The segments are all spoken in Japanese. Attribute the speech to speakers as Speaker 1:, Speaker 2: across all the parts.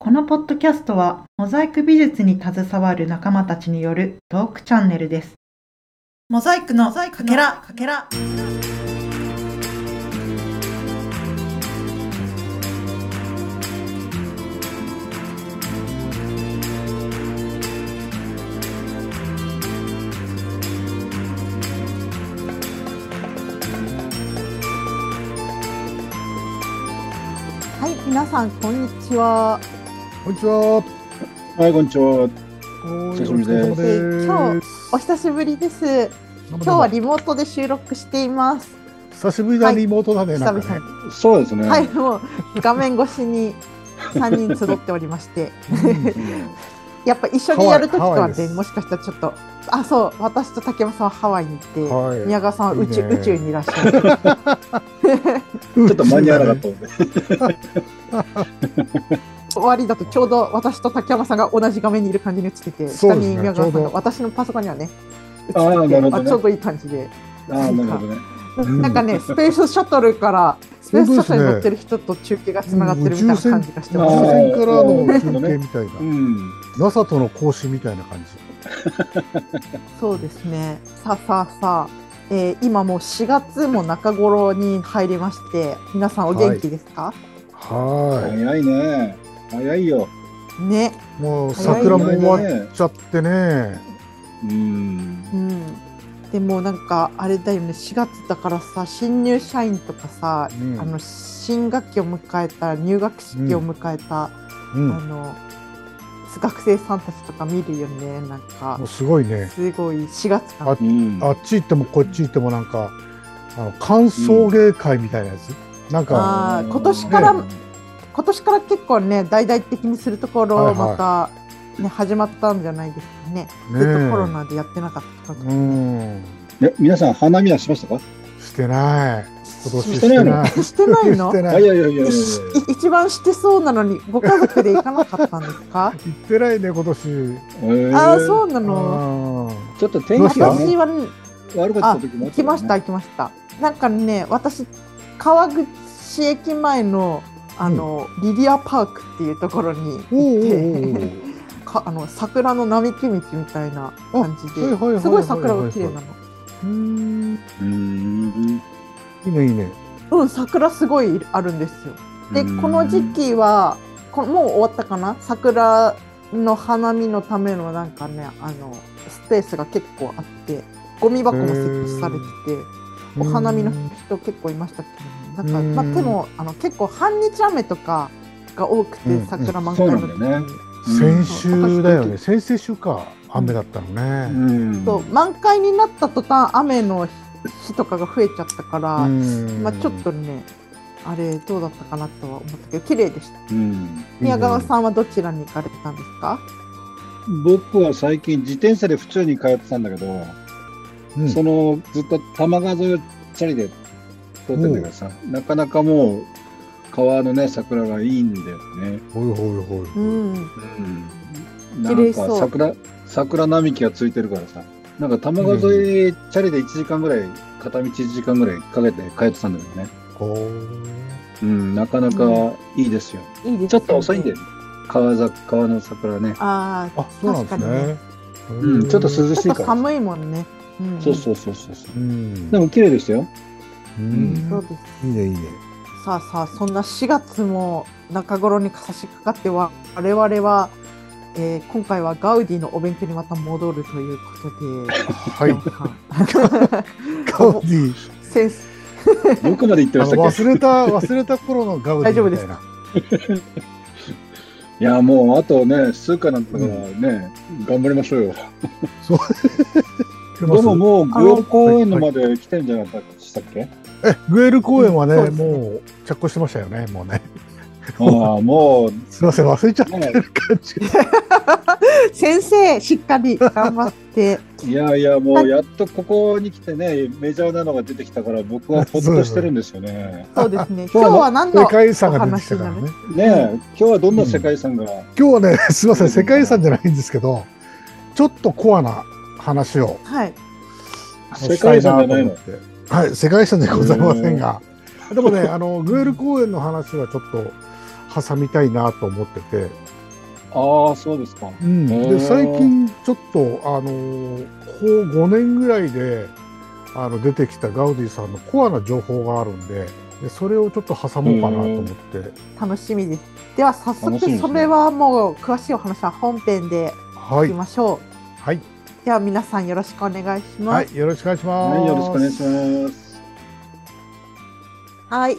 Speaker 1: このポッドキャストは、モザイク美術に携わる仲間たちによるトークチャンネルです。モザイクのかけら、かけら。
Speaker 2: はい、皆さん、こんにちは。
Speaker 3: こんにちは。
Speaker 4: はい、こんにちは。
Speaker 3: お
Speaker 4: 久しぶりです
Speaker 2: えー今日、お久しぶりです。
Speaker 3: 今
Speaker 2: 今日はリモートで収録しています。
Speaker 3: 久しぶりだリモートだね。
Speaker 2: 久
Speaker 3: な
Speaker 2: 々に
Speaker 3: んかね。
Speaker 4: そうですね。
Speaker 2: はい、もう画面越しに3人集っておりまして、
Speaker 4: うん
Speaker 2: やっぱ一緒にやるときと
Speaker 3: ハ
Speaker 2: は
Speaker 3: ワイで
Speaker 2: ね、
Speaker 3: す
Speaker 2: もしかしたらちょっと、あ、そう、私と竹山さんはハワイに行って、
Speaker 3: はい
Speaker 2: 宮川さんは宇宙
Speaker 3: いいね
Speaker 2: 宇宙にいらっしゃる。
Speaker 3: ちょ
Speaker 4: ちょっと間に合わなかったので。
Speaker 2: 終わりだとちょうど私と竹山さんが同じ画面にいる感じに映ってて、
Speaker 3: そ
Speaker 2: 下
Speaker 3: うですね
Speaker 2: に宮川さん
Speaker 3: ちょ
Speaker 2: が
Speaker 3: うど
Speaker 2: 私のパソコンにはね、映ってて
Speaker 4: あーなるほどね
Speaker 2: あちょうどいい感じで。
Speaker 4: ああ、なるほどね。
Speaker 3: ん
Speaker 2: なんかね、スペースシャトルから、スペースシャトルに乗ってる人と中継がつながってるみたいな感じがして
Speaker 3: 宇
Speaker 2: ます。
Speaker 3: 宙
Speaker 4: あ
Speaker 3: 船からの中継みたいな
Speaker 4: う。ん。
Speaker 3: NASA との交信みたいな感じ。
Speaker 2: そうですね。さあさあさあ、えー今もう4月も中頃に入りまして、皆さんお元気ですか、
Speaker 3: は
Speaker 4: 早いね。早いよ。
Speaker 2: ね。
Speaker 3: い。もう桜も終わっちゃってね。
Speaker 4: うん。
Speaker 2: うん。でもなんか、あれだよね、4月だからさ、新入社員とかさ、
Speaker 3: うん
Speaker 2: あの、新学期を迎えた、入学式を迎えた、
Speaker 3: うん。
Speaker 2: あ
Speaker 3: も
Speaker 2: の、学生さんたちとか見るよね、なんか
Speaker 3: う。すごいね。
Speaker 2: すごい、4月かな
Speaker 3: あ
Speaker 4: うん。
Speaker 3: あっち行ってもこっち行ってもなんかあの歓送迎会みたいなやつ。なんか
Speaker 2: あー今年から
Speaker 4: ね
Speaker 2: 今年から結構ね大々的にするとこ
Speaker 3: はいは
Speaker 2: ろ
Speaker 3: い
Speaker 2: また、ね始まったんじゃないですかねず
Speaker 3: ね
Speaker 2: っとコロナでやってなかったから、
Speaker 3: うん
Speaker 4: え、皆さん、花見はしましたか
Speaker 3: してない。今年
Speaker 4: し
Speaker 3: してて
Speaker 4: ないの
Speaker 3: ない。
Speaker 2: してないの
Speaker 3: して
Speaker 4: い
Speaker 3: ない
Speaker 4: やいやいやいやいや。
Speaker 2: い一番してそうなのにご家族で行かなかったんですか
Speaker 3: 行ってないね今年。
Speaker 2: ああ
Speaker 4: う。
Speaker 2: そうなの
Speaker 4: ちょっと天
Speaker 3: どう
Speaker 4: 気が
Speaker 3: した
Speaker 4: ね
Speaker 2: 私はね
Speaker 4: 悪かった時
Speaker 2: 行
Speaker 4: もあった
Speaker 2: きました行きましたなんかね私川口駅前のあの、リリアパークっていうところに行って
Speaker 3: おおお お。
Speaker 2: かあの桜の並木道みたいな感じで、
Speaker 3: あはいはいはいはいはい
Speaker 2: すごい桜が綺麗なの。
Speaker 3: うん
Speaker 4: うん。
Speaker 3: いいねいいね。
Speaker 2: うん、桜すごいあるんですよ。で、
Speaker 4: うん
Speaker 2: この時。期は、こもう終わったかな桜の花見のためのなんかね、あの、スペースが結構あって、ゴミ箱も設置されてて、お花見の人結構いましたけど、ね、なんか、ま
Speaker 3: う
Speaker 2: あ、
Speaker 3: ん
Speaker 2: でも、あの、結構半日雨とかが多くて
Speaker 3: う、ん
Speaker 2: 桜満開の時
Speaker 4: そう
Speaker 2: に。
Speaker 4: なんだよね
Speaker 3: 先週だよね先々週か雨だったの
Speaker 4: う
Speaker 3: ね。
Speaker 4: ん。
Speaker 2: そう満開になった途端雨の日とかが増えちゃったから、
Speaker 3: うん
Speaker 2: まあ、ちょっとねあれどうだったかなとは思ったけど綺麗でした
Speaker 4: うん。
Speaker 2: 宮川さんはどちらに行かれてたんですか、
Speaker 4: 僕は最近、自転車で府中に通ってたんだけど、
Speaker 3: うん
Speaker 4: そのずっと多摩川沿いをチャリで通ってんだけどさ、なかなかもう川のね桜がいいんだよね。
Speaker 3: ほいほいほい。
Speaker 2: うん、
Speaker 4: うん、
Speaker 2: 綺
Speaker 4: な
Speaker 2: 麗
Speaker 4: ん
Speaker 2: そう
Speaker 4: か桜桜並木がついてるからさ、なんか多摩川沿いチャリで1時間ぐらい片道1時間ぐらいかけて帰ってたんだけどね。
Speaker 3: こ
Speaker 4: うん、なかなかいいですよ。
Speaker 2: いいですね
Speaker 4: ちょっと遅いんだよね。川ざ川の桜ね。
Speaker 2: あ
Speaker 3: う
Speaker 2: あ
Speaker 3: あそうなん
Speaker 2: 確
Speaker 3: で
Speaker 2: か
Speaker 3: す
Speaker 2: に
Speaker 3: ね
Speaker 2: ね。
Speaker 4: うん、ちょっと涼し
Speaker 2: ち
Speaker 4: い
Speaker 2: ょっ
Speaker 4: か
Speaker 2: と
Speaker 4: ら。
Speaker 2: 寒いもんね、うん、
Speaker 4: そうそうそうそうそう
Speaker 3: う。ん。
Speaker 4: でも綺麗でしたよ。
Speaker 3: う
Speaker 4: うん
Speaker 2: そうんです
Speaker 3: いいねいいね。
Speaker 2: さあさあそんな4月も中頃に差し掛かっては我々は、えー今回はガウディのお勉強にまた戻るということで
Speaker 3: はい。ガウ
Speaker 2: お
Speaker 3: デ ィ。
Speaker 2: 先生
Speaker 4: どこまで行って
Speaker 3: あ
Speaker 4: ま
Speaker 3: の
Speaker 4: したっけ
Speaker 3: 忘れた忘れた頃のガウディ。
Speaker 2: 大丈夫です
Speaker 3: か。
Speaker 4: いやもうあとね数回なんだからね、頑張りましょうよ。
Speaker 3: で
Speaker 4: でも
Speaker 3: も
Speaker 4: もう五葉公園のまで来てんじゃなかったでしたっけ？
Speaker 3: えグエル公園は
Speaker 2: そうで
Speaker 3: ね
Speaker 2: すね
Speaker 3: もう着工してましたよねもうね。
Speaker 4: ああも
Speaker 3: すいません忘れちゃっ
Speaker 4: う、ね、
Speaker 3: た感じが。
Speaker 2: 先生しっかり頑張 って
Speaker 4: いやいやもうやっとここに来てねメジャーなのが出てきたから僕はほっとしてるんですよね。
Speaker 2: そうですね。今
Speaker 4: 今
Speaker 2: 日
Speaker 4: 日は
Speaker 2: は何
Speaker 3: 世
Speaker 2: の
Speaker 3: 界遺産が出てきたからね。
Speaker 4: ねえ今日はどんな世界遺産が、
Speaker 3: 今日はね、 すみません、世界遺産じゃないんですけど、ちょっとコアな話を
Speaker 2: はい。
Speaker 4: 世界遺産じゃないの
Speaker 3: し。たいなと思って。はい、世界遺産じゃございませんが、でもね、あのグエル公園の話はちょっと挟みたいなと思ってて、
Speaker 4: ああ、そうですか。
Speaker 3: うん、
Speaker 4: へ
Speaker 3: で
Speaker 4: ー
Speaker 3: 最近ちょっとあのーここ5年ぐらいであの出てきたガウディさんのコアな情報があるんででそれをちょっと挟もうかなと思って、
Speaker 2: 楽しみです。では早速
Speaker 4: 楽しみです
Speaker 2: そ
Speaker 4: ね
Speaker 2: れはもう詳しいお話は本編で
Speaker 3: は
Speaker 2: 聞き
Speaker 3: い
Speaker 2: ましょう。
Speaker 3: はい、
Speaker 2: では皆さんよろしくお願いしま
Speaker 3: は
Speaker 2: す。
Speaker 3: い、よろしくお願いします。
Speaker 4: はい、よろしくお願いします。
Speaker 2: はい。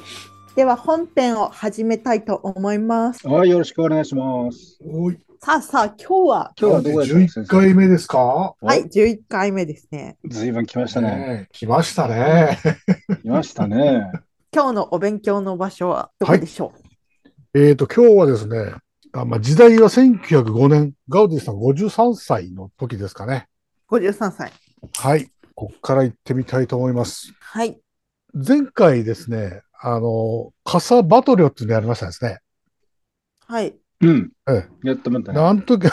Speaker 2: では本編を始めたいと思います。
Speaker 4: はい、よろしくお願いします。
Speaker 3: おい
Speaker 2: さあさあ今日は
Speaker 4: 今日はどこですか
Speaker 3: 11回目ですか。
Speaker 2: はい11回目ですね。
Speaker 4: ずいぶん来ましたね。
Speaker 3: ねえ、来ましたね。
Speaker 4: 来ましたね。
Speaker 2: 今日のお勉強の場所はどこでしょ
Speaker 3: えっと、今日はですね、あまあ、時代は1905年、ガウディさん53歳の時ですかね。
Speaker 2: う、?53 歳。
Speaker 3: はい、ここから行ってみたいと思います。
Speaker 2: はい。
Speaker 3: 前回ですね、あの、カサバトリョっていうのやりましたですね。
Speaker 2: はい。
Speaker 4: うん
Speaker 3: え。
Speaker 4: やったもんだ
Speaker 3: であ
Speaker 4: ね。
Speaker 3: の時、 あ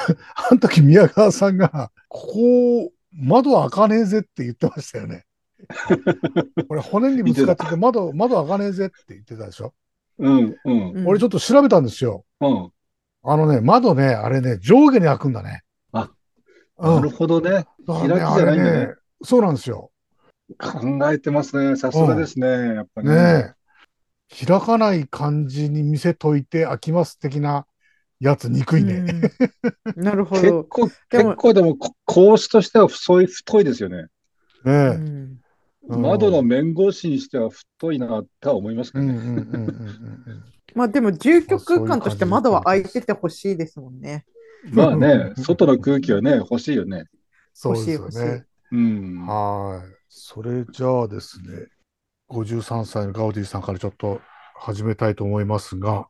Speaker 3: の時宮川さんが、ここ、窓開かねえぜって言ってましたよね。俺、骨にぶつかってて、窓、窓開かねえぜって言ってたでしょ。
Speaker 4: うん、うん、
Speaker 3: 俺ち
Speaker 2: ょ
Speaker 3: ょっと調べたんですよ。
Speaker 4: うん。
Speaker 3: あのね、窓ね、あれね、上下に開くんだね。
Speaker 4: あ、
Speaker 3: う
Speaker 4: なんる。ほどね。
Speaker 3: だからね、
Speaker 4: 開
Speaker 3: あ
Speaker 4: きじゃない
Speaker 3: れ
Speaker 4: んだね
Speaker 3: ね、そうなんですよ。
Speaker 4: 考えてますね。さすがですね。やっぱね。
Speaker 3: ねえ開かない感じに見せといて開きます的なやつ、憎いね。。
Speaker 2: うん なるほ
Speaker 4: 結
Speaker 2: ど。
Speaker 4: 構、
Speaker 2: でも
Speaker 4: 結構でも、こ格子としてはそういう太いですよね。
Speaker 2: う
Speaker 3: ねえ
Speaker 2: ん
Speaker 3: うん
Speaker 4: 窓の面越しにしては太いなとは思いますけ
Speaker 3: う
Speaker 4: ど
Speaker 3: ん
Speaker 4: ね。
Speaker 3: うんうんうんうん
Speaker 2: まあでも住居空間として窓は開いててほしいですもんね。
Speaker 3: うん
Speaker 4: まあ ね、外の空気はね、欲しいよね。
Speaker 3: そうですよ
Speaker 2: 欲しい欲
Speaker 3: ね。
Speaker 4: うん。
Speaker 3: はい。それじゃあですね、53歳のガウディさんからちょっと始めたいと思いますが、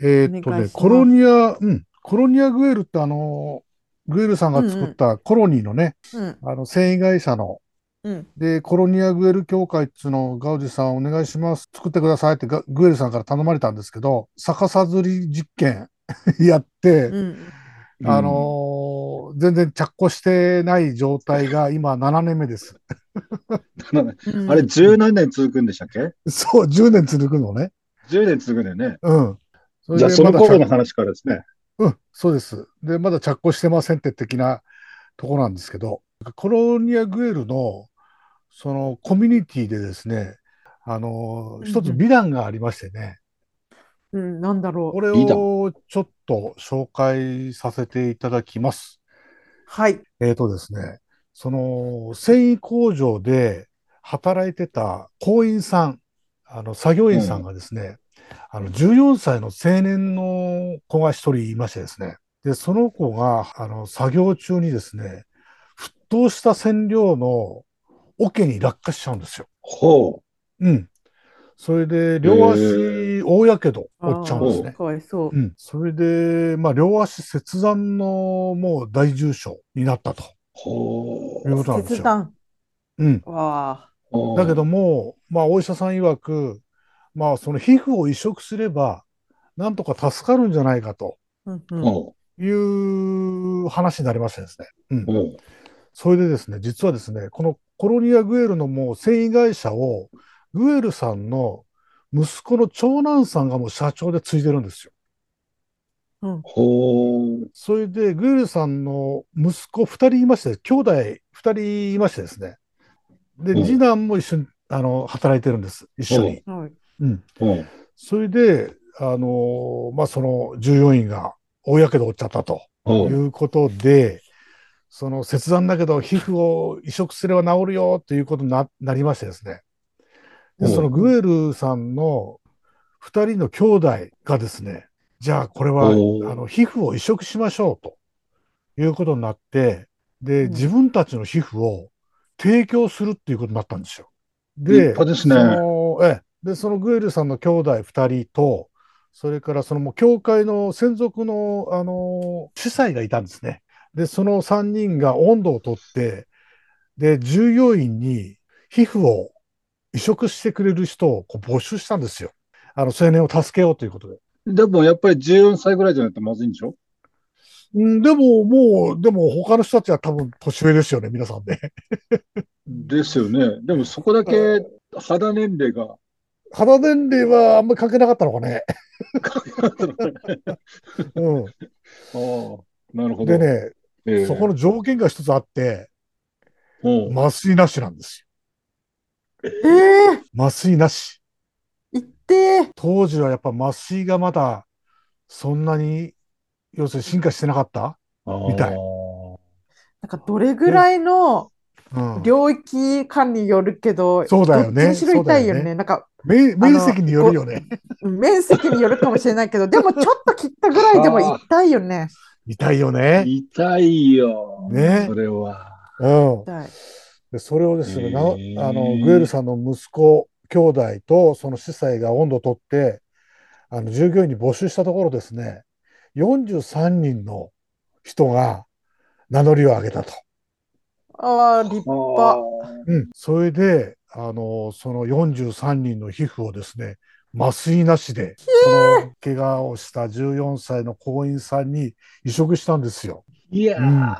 Speaker 3: えーっと
Speaker 2: お願いしま
Speaker 3: ね、
Speaker 2: す
Speaker 3: コロニア、うん、コロニアグエルってあの、グエルさんが作ったコロニーのね、
Speaker 2: うん。
Speaker 3: あの、繊維会社の、
Speaker 2: うん。
Speaker 3: で、コロニアグエル協会っつうのをガウディさんお願いします。作ってくださいってガグエルさんから頼まれたんですけど、逆さずり実験 やって、
Speaker 2: うん。
Speaker 4: うん
Speaker 3: あのー全然着工してない状態が今7年目です。
Speaker 2: うん
Speaker 4: あれ、十何年続くんでしたっけ
Speaker 3: そう、10年続くのね。
Speaker 4: ?10 年続くんだよね。
Speaker 3: うん。それ
Speaker 4: じゃあ、
Speaker 3: で
Speaker 4: その
Speaker 3: まだ着
Speaker 4: 頃の話からですね。
Speaker 3: うん、そうです。で、まだ着工してませんって的なとこなんですけど、コロニアグエルの、そのコミュニティでですね、あの
Speaker 2: う、ん
Speaker 3: 一つ美談がありましてね、
Speaker 2: うん。なんだろ
Speaker 3: これ
Speaker 4: 美談
Speaker 3: をちょっと紹介させていただきます。
Speaker 2: う。はい。
Speaker 3: えーとですね、その繊維工場で働いてた工員さん、あの作業員さんがですね、あの14歳の青年の子が一人いましてですね、で、その子があの作業中にですね、沸騰した染料の桶に落下しちゃうんですよ。
Speaker 4: ほ
Speaker 3: うん。それで、両
Speaker 4: へ
Speaker 3: 足大やけど負っちゃうんです
Speaker 2: あ
Speaker 3: ね
Speaker 2: ー。かわいそう
Speaker 3: う。ん、それで、まあ、両足切断のもう大重傷になったと
Speaker 4: う。ほ
Speaker 3: いうことなんです
Speaker 2: 切
Speaker 3: よ。
Speaker 2: 断。
Speaker 3: うん。
Speaker 2: わあ。
Speaker 4: う。
Speaker 3: だけども、まあ、お医者さん曰く、まあ、その皮膚を移植すれば、なんとか助かるんじゃないかと
Speaker 2: うんう
Speaker 4: うんん、ほ
Speaker 3: いう話になりましてですね。うん
Speaker 4: う。。ほ
Speaker 3: それでですね、実はですね、このコロニア・グエルのもう繊維会社を、グエルさんの息子の長男さんがもう社長で継いでるんですよ。
Speaker 2: うん
Speaker 4: う。
Speaker 3: それで、グエルさんの息子2人いまして、兄弟2人いましてですね。で、
Speaker 4: うん
Speaker 3: 次男も一緒に、あの、働いてるんです。一緒に。
Speaker 2: はい
Speaker 3: うん。
Speaker 4: ほう。
Speaker 3: それで、あのまあ、その従業員が大やけど負っちゃったとい
Speaker 4: ほう。
Speaker 3: うことで、その切断だけど皮膚を移植すれば治るよということにななりましてですね。で、
Speaker 4: うん
Speaker 3: そのグエルさんの2人の兄弟がですね、じゃあこれはあ
Speaker 4: うん
Speaker 3: の皮膚を移植しましょうということになって、で、
Speaker 2: うん
Speaker 3: 自分たちの皮膚を提供するっていうことになったんですよ。
Speaker 4: 立
Speaker 3: で、
Speaker 4: 派ですね
Speaker 3: そのええで、そのグエルさんの兄弟2人と、それからそのもう教会の専属の、あの司祭がいたんですね。で、その3人が温度をとって、で、従業員に皮膚を移植してくれる人をこう募集したんですよ。あの青年を助けようということで。
Speaker 4: でも、やっぱり14歳ぐらいじゃないとまずいんでしょ
Speaker 3: うん、でももう、でも他の人たちは多分年上ですよね、皆さんね。
Speaker 4: ですよね。でも、そこだけ肌年齢 が。
Speaker 3: 肌年齢はあんまり関係なかったのかね。
Speaker 4: あ
Speaker 3: うん。
Speaker 4: なるほど。
Speaker 3: でね、
Speaker 4: ええ
Speaker 3: そこの条件が一つあって、
Speaker 4: うん
Speaker 3: 麻酔なしなんです
Speaker 2: ええ
Speaker 3: よ。麻酔なし。
Speaker 2: 行って
Speaker 3: 当時はやっぱ麻酔がまだ、そんなに、要するに進化してなかった。みたい。
Speaker 2: なんかどれぐらいの
Speaker 3: うん。
Speaker 2: 領域間によるけど、
Speaker 3: そうだよね
Speaker 2: どっちにしろ痛いよ
Speaker 3: そうだ
Speaker 2: ね。
Speaker 3: よね
Speaker 2: なんか
Speaker 3: め面積によるよね。
Speaker 2: 面積によるかもしれないけど、 でもちょっと切ったぐらいでも痛いよね。
Speaker 3: 痛いよ
Speaker 4: あー
Speaker 3: ね。
Speaker 4: 痛いよ。
Speaker 3: ね
Speaker 4: そ。れは。
Speaker 3: うん。
Speaker 2: 痛い。
Speaker 3: で、それをですね、な
Speaker 4: へー
Speaker 3: あの、グエルさんの息子、兄弟と、その司祭が温度を取って、あの、従業員に募集したところですね、43人の人が名乗りを上げたと。
Speaker 2: ああ、立
Speaker 4: あ
Speaker 2: 派。
Speaker 3: うん。それで、あの、その43人の皮膚をですね、麻酔なしで、その怪我をした14歳の行員さんに移植したんですよ。
Speaker 4: いやー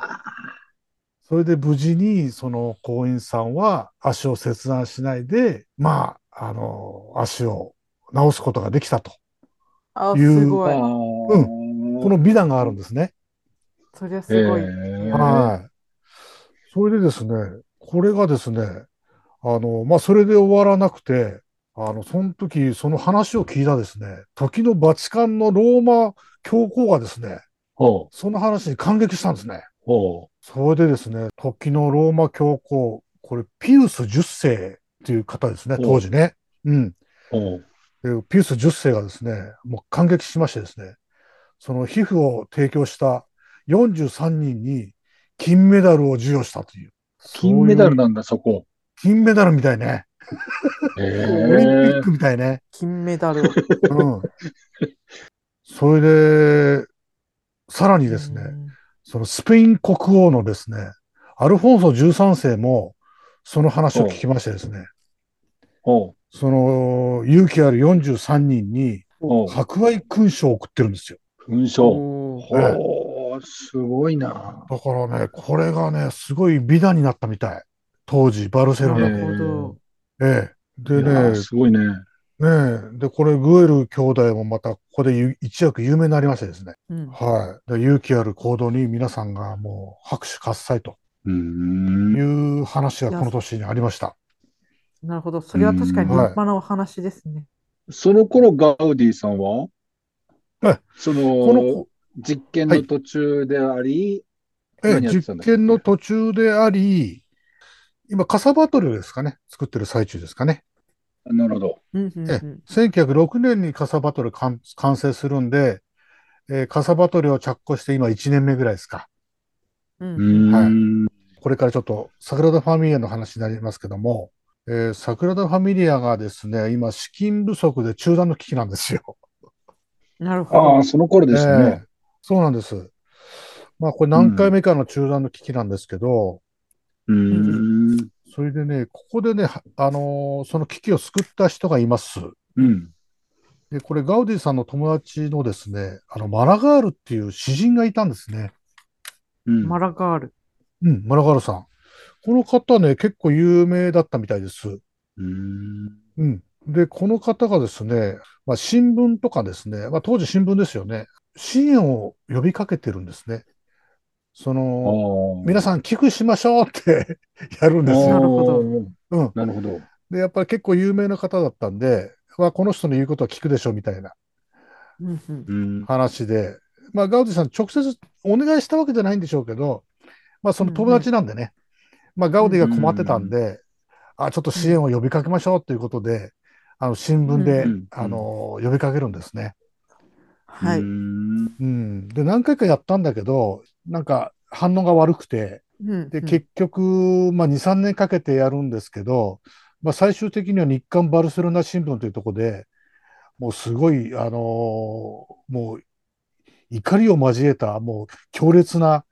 Speaker 3: それで無事に、その行員さんは足を切断しないで、まあ、あの、足を治すことができたと。
Speaker 2: ああ、
Speaker 3: いう
Speaker 2: すごい。
Speaker 3: う
Speaker 4: うん
Speaker 3: この美談があるんですね。
Speaker 2: そりゃすごい。
Speaker 4: えー
Speaker 3: はい。それでですね、これがですね、あの、まあ、それで終わらなくて、あの、その時、その話を聞いたですね、時のバチカンのローマ教皇がですね、
Speaker 4: ほう
Speaker 3: その話に感激したんですね。
Speaker 4: ほ
Speaker 3: それでですね、時のローマ教皇、これ、ピウス10世っていう方ですね、
Speaker 4: お
Speaker 3: 当時ね。うん。
Speaker 4: うほう
Speaker 3: でピウス10世がですね、もう感激しましてですね、その皮膚を提供した43人に金メダルを授与したという。
Speaker 4: 金メ
Speaker 3: そ
Speaker 4: ダル
Speaker 3: ういう
Speaker 4: なんだ、そこ。
Speaker 3: 金メダルみたいね。
Speaker 4: え
Speaker 3: オリンピッ
Speaker 4: ー
Speaker 3: クみたいね。
Speaker 2: 金メダル。
Speaker 3: うん。 それで、さらにですね、
Speaker 2: うん
Speaker 3: そのスペイン国王のですね、アルフォンソ13世もその話を聞きましてですね、
Speaker 4: ほ
Speaker 3: その勇気ある43人に
Speaker 4: うほう
Speaker 3: 博愛勲章を送ってるんですよ。
Speaker 4: 勲章。
Speaker 2: おー
Speaker 3: はい
Speaker 4: ほう、すごいな。
Speaker 3: だからね、これがね、すごい美談になったみたい。当時、バルセロ
Speaker 2: な
Speaker 3: ナで。
Speaker 2: るほど。
Speaker 3: ええで
Speaker 4: いや
Speaker 3: ね
Speaker 4: ー、すごいね。
Speaker 3: ねえで、これ、グエル兄弟もまた、ここでゆ一躍有名になりましてですね。
Speaker 2: うん
Speaker 3: はい。で勇気ある行動に皆さんがもう拍手喝采と
Speaker 4: うー
Speaker 3: い
Speaker 4: ん。
Speaker 3: う話がこの年にありました。
Speaker 2: なるほど。それは確かに立派なお話ですね。
Speaker 4: その頃、ガウディさんは
Speaker 3: はい
Speaker 4: そ
Speaker 3: この
Speaker 4: の
Speaker 3: こ、
Speaker 4: 実験の途中であり、
Speaker 3: ええ
Speaker 4: 何やってた
Speaker 3: 実
Speaker 4: んだっけ
Speaker 3: 験の途中であり、今、カサバトルですかね。作ってる最中ですかね。
Speaker 4: なるほど。
Speaker 2: うんうんうん
Speaker 3: 1906年にカサバトル完完成するんで、えーカサバトルを着工して今1年目ぐらいですか。
Speaker 2: うん
Speaker 4: う
Speaker 2: うん
Speaker 3: はい
Speaker 4: ーん。
Speaker 3: これからちょっとサグラダ・ファミリアの話になりますけども、えー、サグラダ・ファミリアがですね、今資金不足で中断の危機なんですよ。
Speaker 2: なるほ
Speaker 4: あ
Speaker 2: ど
Speaker 4: あ、。その頃ですね
Speaker 3: え。えそうなんです。まあこれ何回目かの中断の危機なんですけど、
Speaker 4: うーん。
Speaker 3: それでね、ここでね、はあのーその危機を救った人がいます。
Speaker 4: うん。
Speaker 3: で、これガウディさんの友達のですね、あのマラガールっていう詩人がいたんですね。
Speaker 4: うん。
Speaker 2: マラガール。
Speaker 3: うん、マラガールさん。この方ね、結構有名だったみたいです。
Speaker 4: うーん。
Speaker 3: うん。で、この方がですね、まあ、新聞とかですね、まあ、当時新聞ですよね、支援を呼びかけてるんですね。そ
Speaker 4: あ
Speaker 3: の、
Speaker 4: ー
Speaker 3: 皆さん寄付しましょうって やるんです
Speaker 2: な
Speaker 3: よ。
Speaker 2: るほど
Speaker 4: あー
Speaker 3: うん。
Speaker 4: なるほど。
Speaker 3: で、やっぱり結構有名な方だったんで、まあ、この人の言うことは聞くでしょうみたいな
Speaker 2: うんうん
Speaker 4: うん。
Speaker 3: 話で、まあ、ガウディさん直接お願いしたわけじゃないんでしょうけど、まあ、その友達なんでね、まあ、ガウディが困ってたんで、あ、ちょっと支援を呼びかけましょうということで、あの、新聞で
Speaker 4: うん、
Speaker 3: あの、呼びかけるんですね。
Speaker 2: はいう
Speaker 4: ー。ん
Speaker 3: うん。で、何回かやったんだけど、なんか反応が悪くて、
Speaker 2: うん
Speaker 3: で、結局、まあ、2、3年かけてやるんですけど、まあ、最終的には日刊バルセロナ新聞というところで、もうすごい、あのーもう、怒りを交えた、もう強烈な、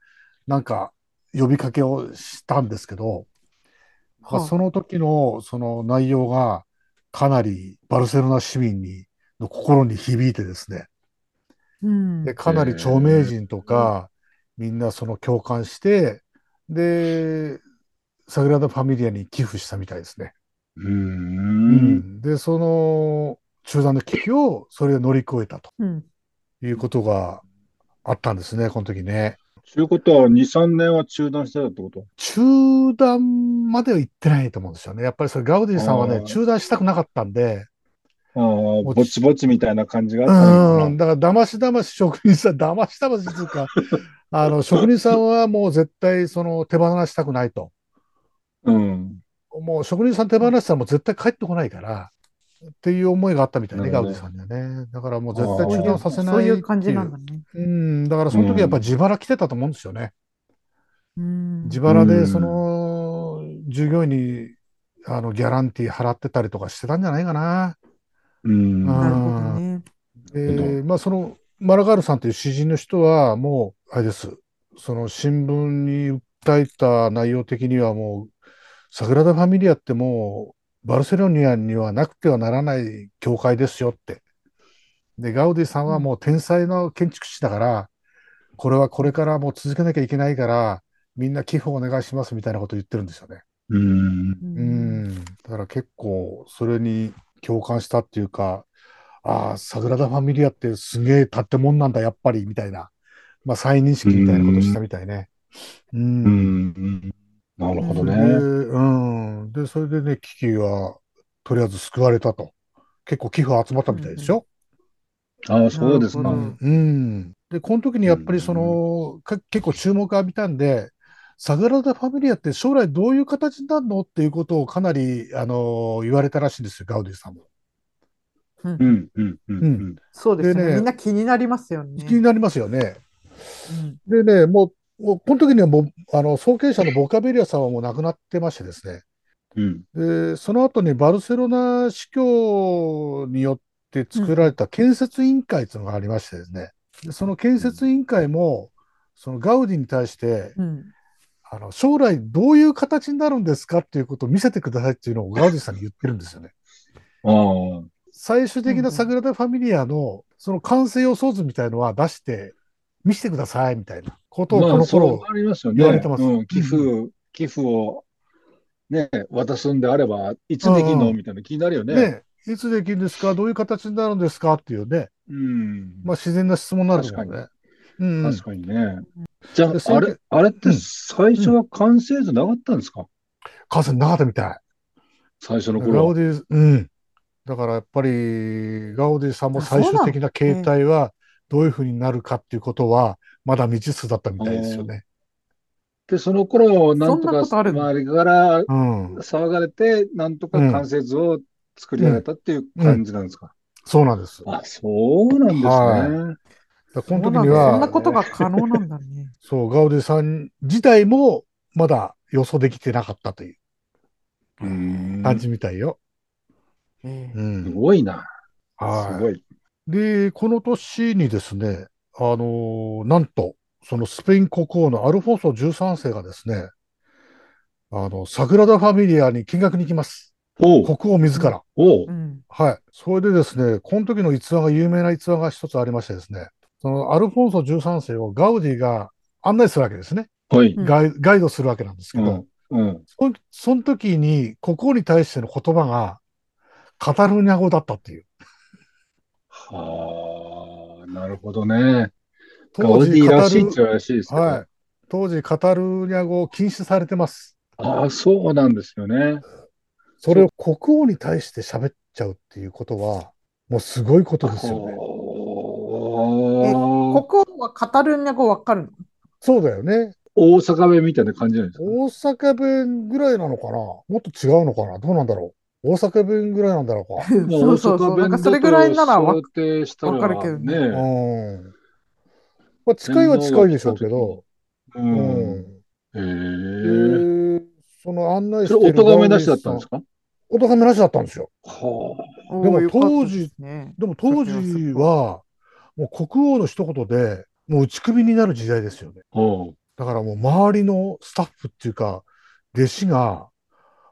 Speaker 3: なんか、呼びかけをしたんですけど、まあ、
Speaker 2: はあ
Speaker 3: その時の、その内容が、かなりバルセロナ市民に、の心に響いてですね、
Speaker 2: うん
Speaker 3: で、かなり著名人とか、みんなその共感して、で、サグラダ・ファミリアに寄付したみたいですね。
Speaker 4: うーん。
Speaker 3: で、その中断の危機をそれで乗り越えたと
Speaker 2: うん
Speaker 3: いうことがあったんですね、この時ね。
Speaker 4: ということは、2、3年は中断してたってこと
Speaker 3: 中断までは行ってないと思うんですよね。やっぱりそれガウディさんは
Speaker 4: あ
Speaker 3: ね
Speaker 4: ー、
Speaker 3: 中断したくなかったんで、
Speaker 4: ああ、ぼちぼちみたいな感じがあ
Speaker 3: う
Speaker 4: ったのか
Speaker 3: ん、だから騙し騙し職人さん、騙し騙しっていう か、あの、職人さんはもう絶対その手放したくないと。
Speaker 4: な。うん。
Speaker 3: もう職人さん手放したらもう絶対帰ってこないから、っていう思いがあったみたいね、
Speaker 4: な
Speaker 3: ガ
Speaker 4: る
Speaker 3: ウ
Speaker 4: ほ
Speaker 3: デ
Speaker 4: ど
Speaker 3: ィさんにはね。だからもう絶対中断させない
Speaker 2: そうい
Speaker 3: っていう
Speaker 2: 感じなんだね。
Speaker 3: うん、だからその時やっぱ自腹来てたと思うんですよね。
Speaker 2: うん
Speaker 3: 自腹
Speaker 4: うん
Speaker 3: でその従業員にあのギャランティー払ってたりとかしてたんじゃないかな。
Speaker 4: うん。
Speaker 3: うん
Speaker 2: なるほどね。
Speaker 4: なるほ
Speaker 3: でまあそのマラガールさんという詩人の人はもうあれですその新聞に訴えた内容的にはもうサグラダ・ファミリアってもうバルセロニアにはなくてはならない教会ですよって。でガウディさんはもう天才の建築士だからこれはこれからもう続けなきゃいけないからみんな寄付をお願いしますみたいなことを言ってるんですよね。
Speaker 4: うん。
Speaker 2: う
Speaker 3: う。ん、だから結構それに共感したっていうか、ああ、サグラダ・ファミリアってすげえ建物なんだ、やっぱり、みたいな、まあ再認識みたいなことしたみたいね。う。
Speaker 4: うんん。なるほど
Speaker 3: それで、
Speaker 4: ね。
Speaker 3: うん。で、それでね、危機はとりあえず救われたと。結構寄付集まったみたいですよ。
Speaker 4: ああ、そうです
Speaker 2: な
Speaker 4: か
Speaker 2: る。ほ
Speaker 3: うん。で、この時にやっぱりその、か結構注目浴びたんで、サグラダ・ファミリアって将来どういう形になるのっていうことをかなり、あの、言われたらしいんですよ、ガウディさんも。
Speaker 4: うん、うん、うんうん。
Speaker 2: そうですよ
Speaker 3: で
Speaker 2: ね。
Speaker 3: ね
Speaker 2: みんな気になりますよね。
Speaker 3: 気になりますよね。
Speaker 2: うん
Speaker 3: でね、もう、もうこの時にはもう、あの、創建者のボカベリアさんはもう亡くなってましてですね。
Speaker 4: うん。
Speaker 3: で、その後にバルセロナ司教によって作られた建設委員会っていうのがありましてですね。でその建設委員会も、そのガウディに対して、
Speaker 2: うん。
Speaker 3: あの、将来どういう形になるんですかっていうことを見せてくださいっていうのをガウディさんに言ってるんですよね。
Speaker 4: ああ。
Speaker 3: 最終的なサグラダ・ファミリアのその完成予想図みたいのは出して、見せてくださいみたいなことを
Speaker 4: まあ、
Speaker 3: この
Speaker 4: それ
Speaker 3: 頃
Speaker 4: は、ありますよね。
Speaker 3: 言われてます
Speaker 4: うん、寄付、寄付を、ね、渡すんであれば、いつできん
Speaker 3: う
Speaker 4: の
Speaker 3: ん
Speaker 4: みたいな気になるよね。
Speaker 3: ね、いつできるんですかどういう形になるんですかっていうね、
Speaker 4: うん。
Speaker 3: まあ自然な質問になると思うね。うんうん
Speaker 4: 確かにね。じゃ
Speaker 3: で
Speaker 4: あ、
Speaker 3: そ
Speaker 4: あ
Speaker 3: れで
Speaker 4: れ、あれっ
Speaker 3: う
Speaker 4: て
Speaker 3: ん
Speaker 4: 最初は完成図なかったんですか
Speaker 3: 母さんなかったみたい。
Speaker 4: 最初の
Speaker 3: ガウ
Speaker 4: 頃。
Speaker 3: ディ、うん。だからやっぱり、ガウディさんも最終的な形態はどういうふうになるかっていうことは、まだ未知数だったみたいですよね。
Speaker 4: で、その頃、なんと
Speaker 2: そんな
Speaker 4: か
Speaker 2: ことあるの
Speaker 4: 周りから
Speaker 3: うん。
Speaker 4: 騒がれて、なんとか
Speaker 3: うん
Speaker 4: 完成図を作り上げたっていう感じなんですか。
Speaker 3: そうなんです。だか
Speaker 4: あ、そうなんですね。
Speaker 3: はらこの時
Speaker 2: そうな
Speaker 3: に
Speaker 2: んだそんな
Speaker 3: は、
Speaker 2: ことが可能なんだ ね。
Speaker 3: そう、ガウディさん自体もまだ予想できてなかったという
Speaker 4: うーん。
Speaker 3: 感じみたいよ。
Speaker 2: ええ
Speaker 3: う
Speaker 4: す
Speaker 3: ん。
Speaker 4: ごいな。
Speaker 3: はい。
Speaker 4: すごい。
Speaker 3: で、この年にですね、あのーなんと、そのスペイン国王のアルフォンソ13世がですね、あの、サグラダ・ファミリアに見学に行きます。
Speaker 4: おう、
Speaker 3: 国王自ら。
Speaker 4: おう
Speaker 2: う。ん。
Speaker 3: はい。それでですね、この時の逸話が、有名な逸話が一つありましてですね、そのアルフォンソ13世をガウディが案内するわけですね。
Speaker 4: はい。
Speaker 2: うん
Speaker 3: ガイガイドするわけなんですけ
Speaker 4: う
Speaker 3: ど、
Speaker 4: ん。うん。
Speaker 3: そその時に国王に対しての言葉が、カタルーニャ語だったっていう。
Speaker 4: はあ、なるほどね。ガ
Speaker 3: 当
Speaker 4: ウ
Speaker 3: 時
Speaker 4: ディらし
Speaker 3: カ
Speaker 4: い
Speaker 3: タル
Speaker 4: っちゃらしいですけど。
Speaker 3: はい。当時、カタルーニャ語を禁止されてます。
Speaker 4: ああ、そうなんですよね。
Speaker 3: それを国王に対して喋っちゃうっていうことは、もうすごいことですよね。
Speaker 2: え、
Speaker 4: こ
Speaker 2: ここはカタルーニャ語わかるの
Speaker 3: そうだよね。
Speaker 4: 大阪弁みたいな感じじゃないですか。
Speaker 3: 大阪弁ぐらいなのかなもっと違うのかなどうなんだろう大阪弁ぐらいなんだろうか。
Speaker 4: まあ
Speaker 2: そうそうそう。なんかそれぐらいならわ
Speaker 4: 想定したら
Speaker 2: わかるけどね
Speaker 3: う
Speaker 4: ね。
Speaker 3: ん。まあ、近いは近いでしょうけど。
Speaker 4: う。
Speaker 3: うんん。
Speaker 4: へえ。
Speaker 3: でその案内し
Speaker 4: それ、
Speaker 3: て
Speaker 4: お
Speaker 3: る
Speaker 4: 咎めなしだったんです
Speaker 3: か
Speaker 4: か
Speaker 3: お咎めなしだったんですよ。
Speaker 4: はあ。
Speaker 2: おー
Speaker 3: でも
Speaker 2: よかった
Speaker 3: 当時
Speaker 2: ですね
Speaker 3: でも当時は、もう国王の一言で、もう打ち首になる時代ですよね。
Speaker 4: おう
Speaker 3: だからもう周りのスタッフっていうか、弟子が、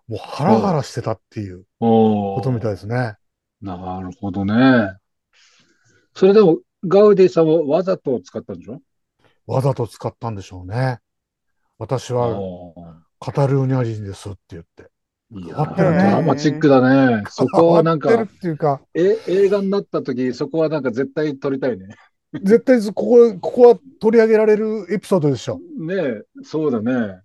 Speaker 3: もうハラハラしてたっていう
Speaker 4: おう
Speaker 3: ことみたいですね。
Speaker 4: なるほどね。それでも、ガウディさんはわざと使ったんでしょ
Speaker 3: わざと使ったんでしょうね。私は
Speaker 4: あ
Speaker 3: カタルーニャ人ですって言って。
Speaker 4: あいや
Speaker 3: 変わってるね
Speaker 4: ドラマチックだね。そこはなん
Speaker 3: 変わ
Speaker 4: か
Speaker 3: っ、てるっていうか、
Speaker 4: え、映画になった時、そこはなんか絶対撮りたいね。
Speaker 3: 絶対ずここ、ここは取り上げられるエピソードでしょ。
Speaker 4: ねえ、そうだね。へ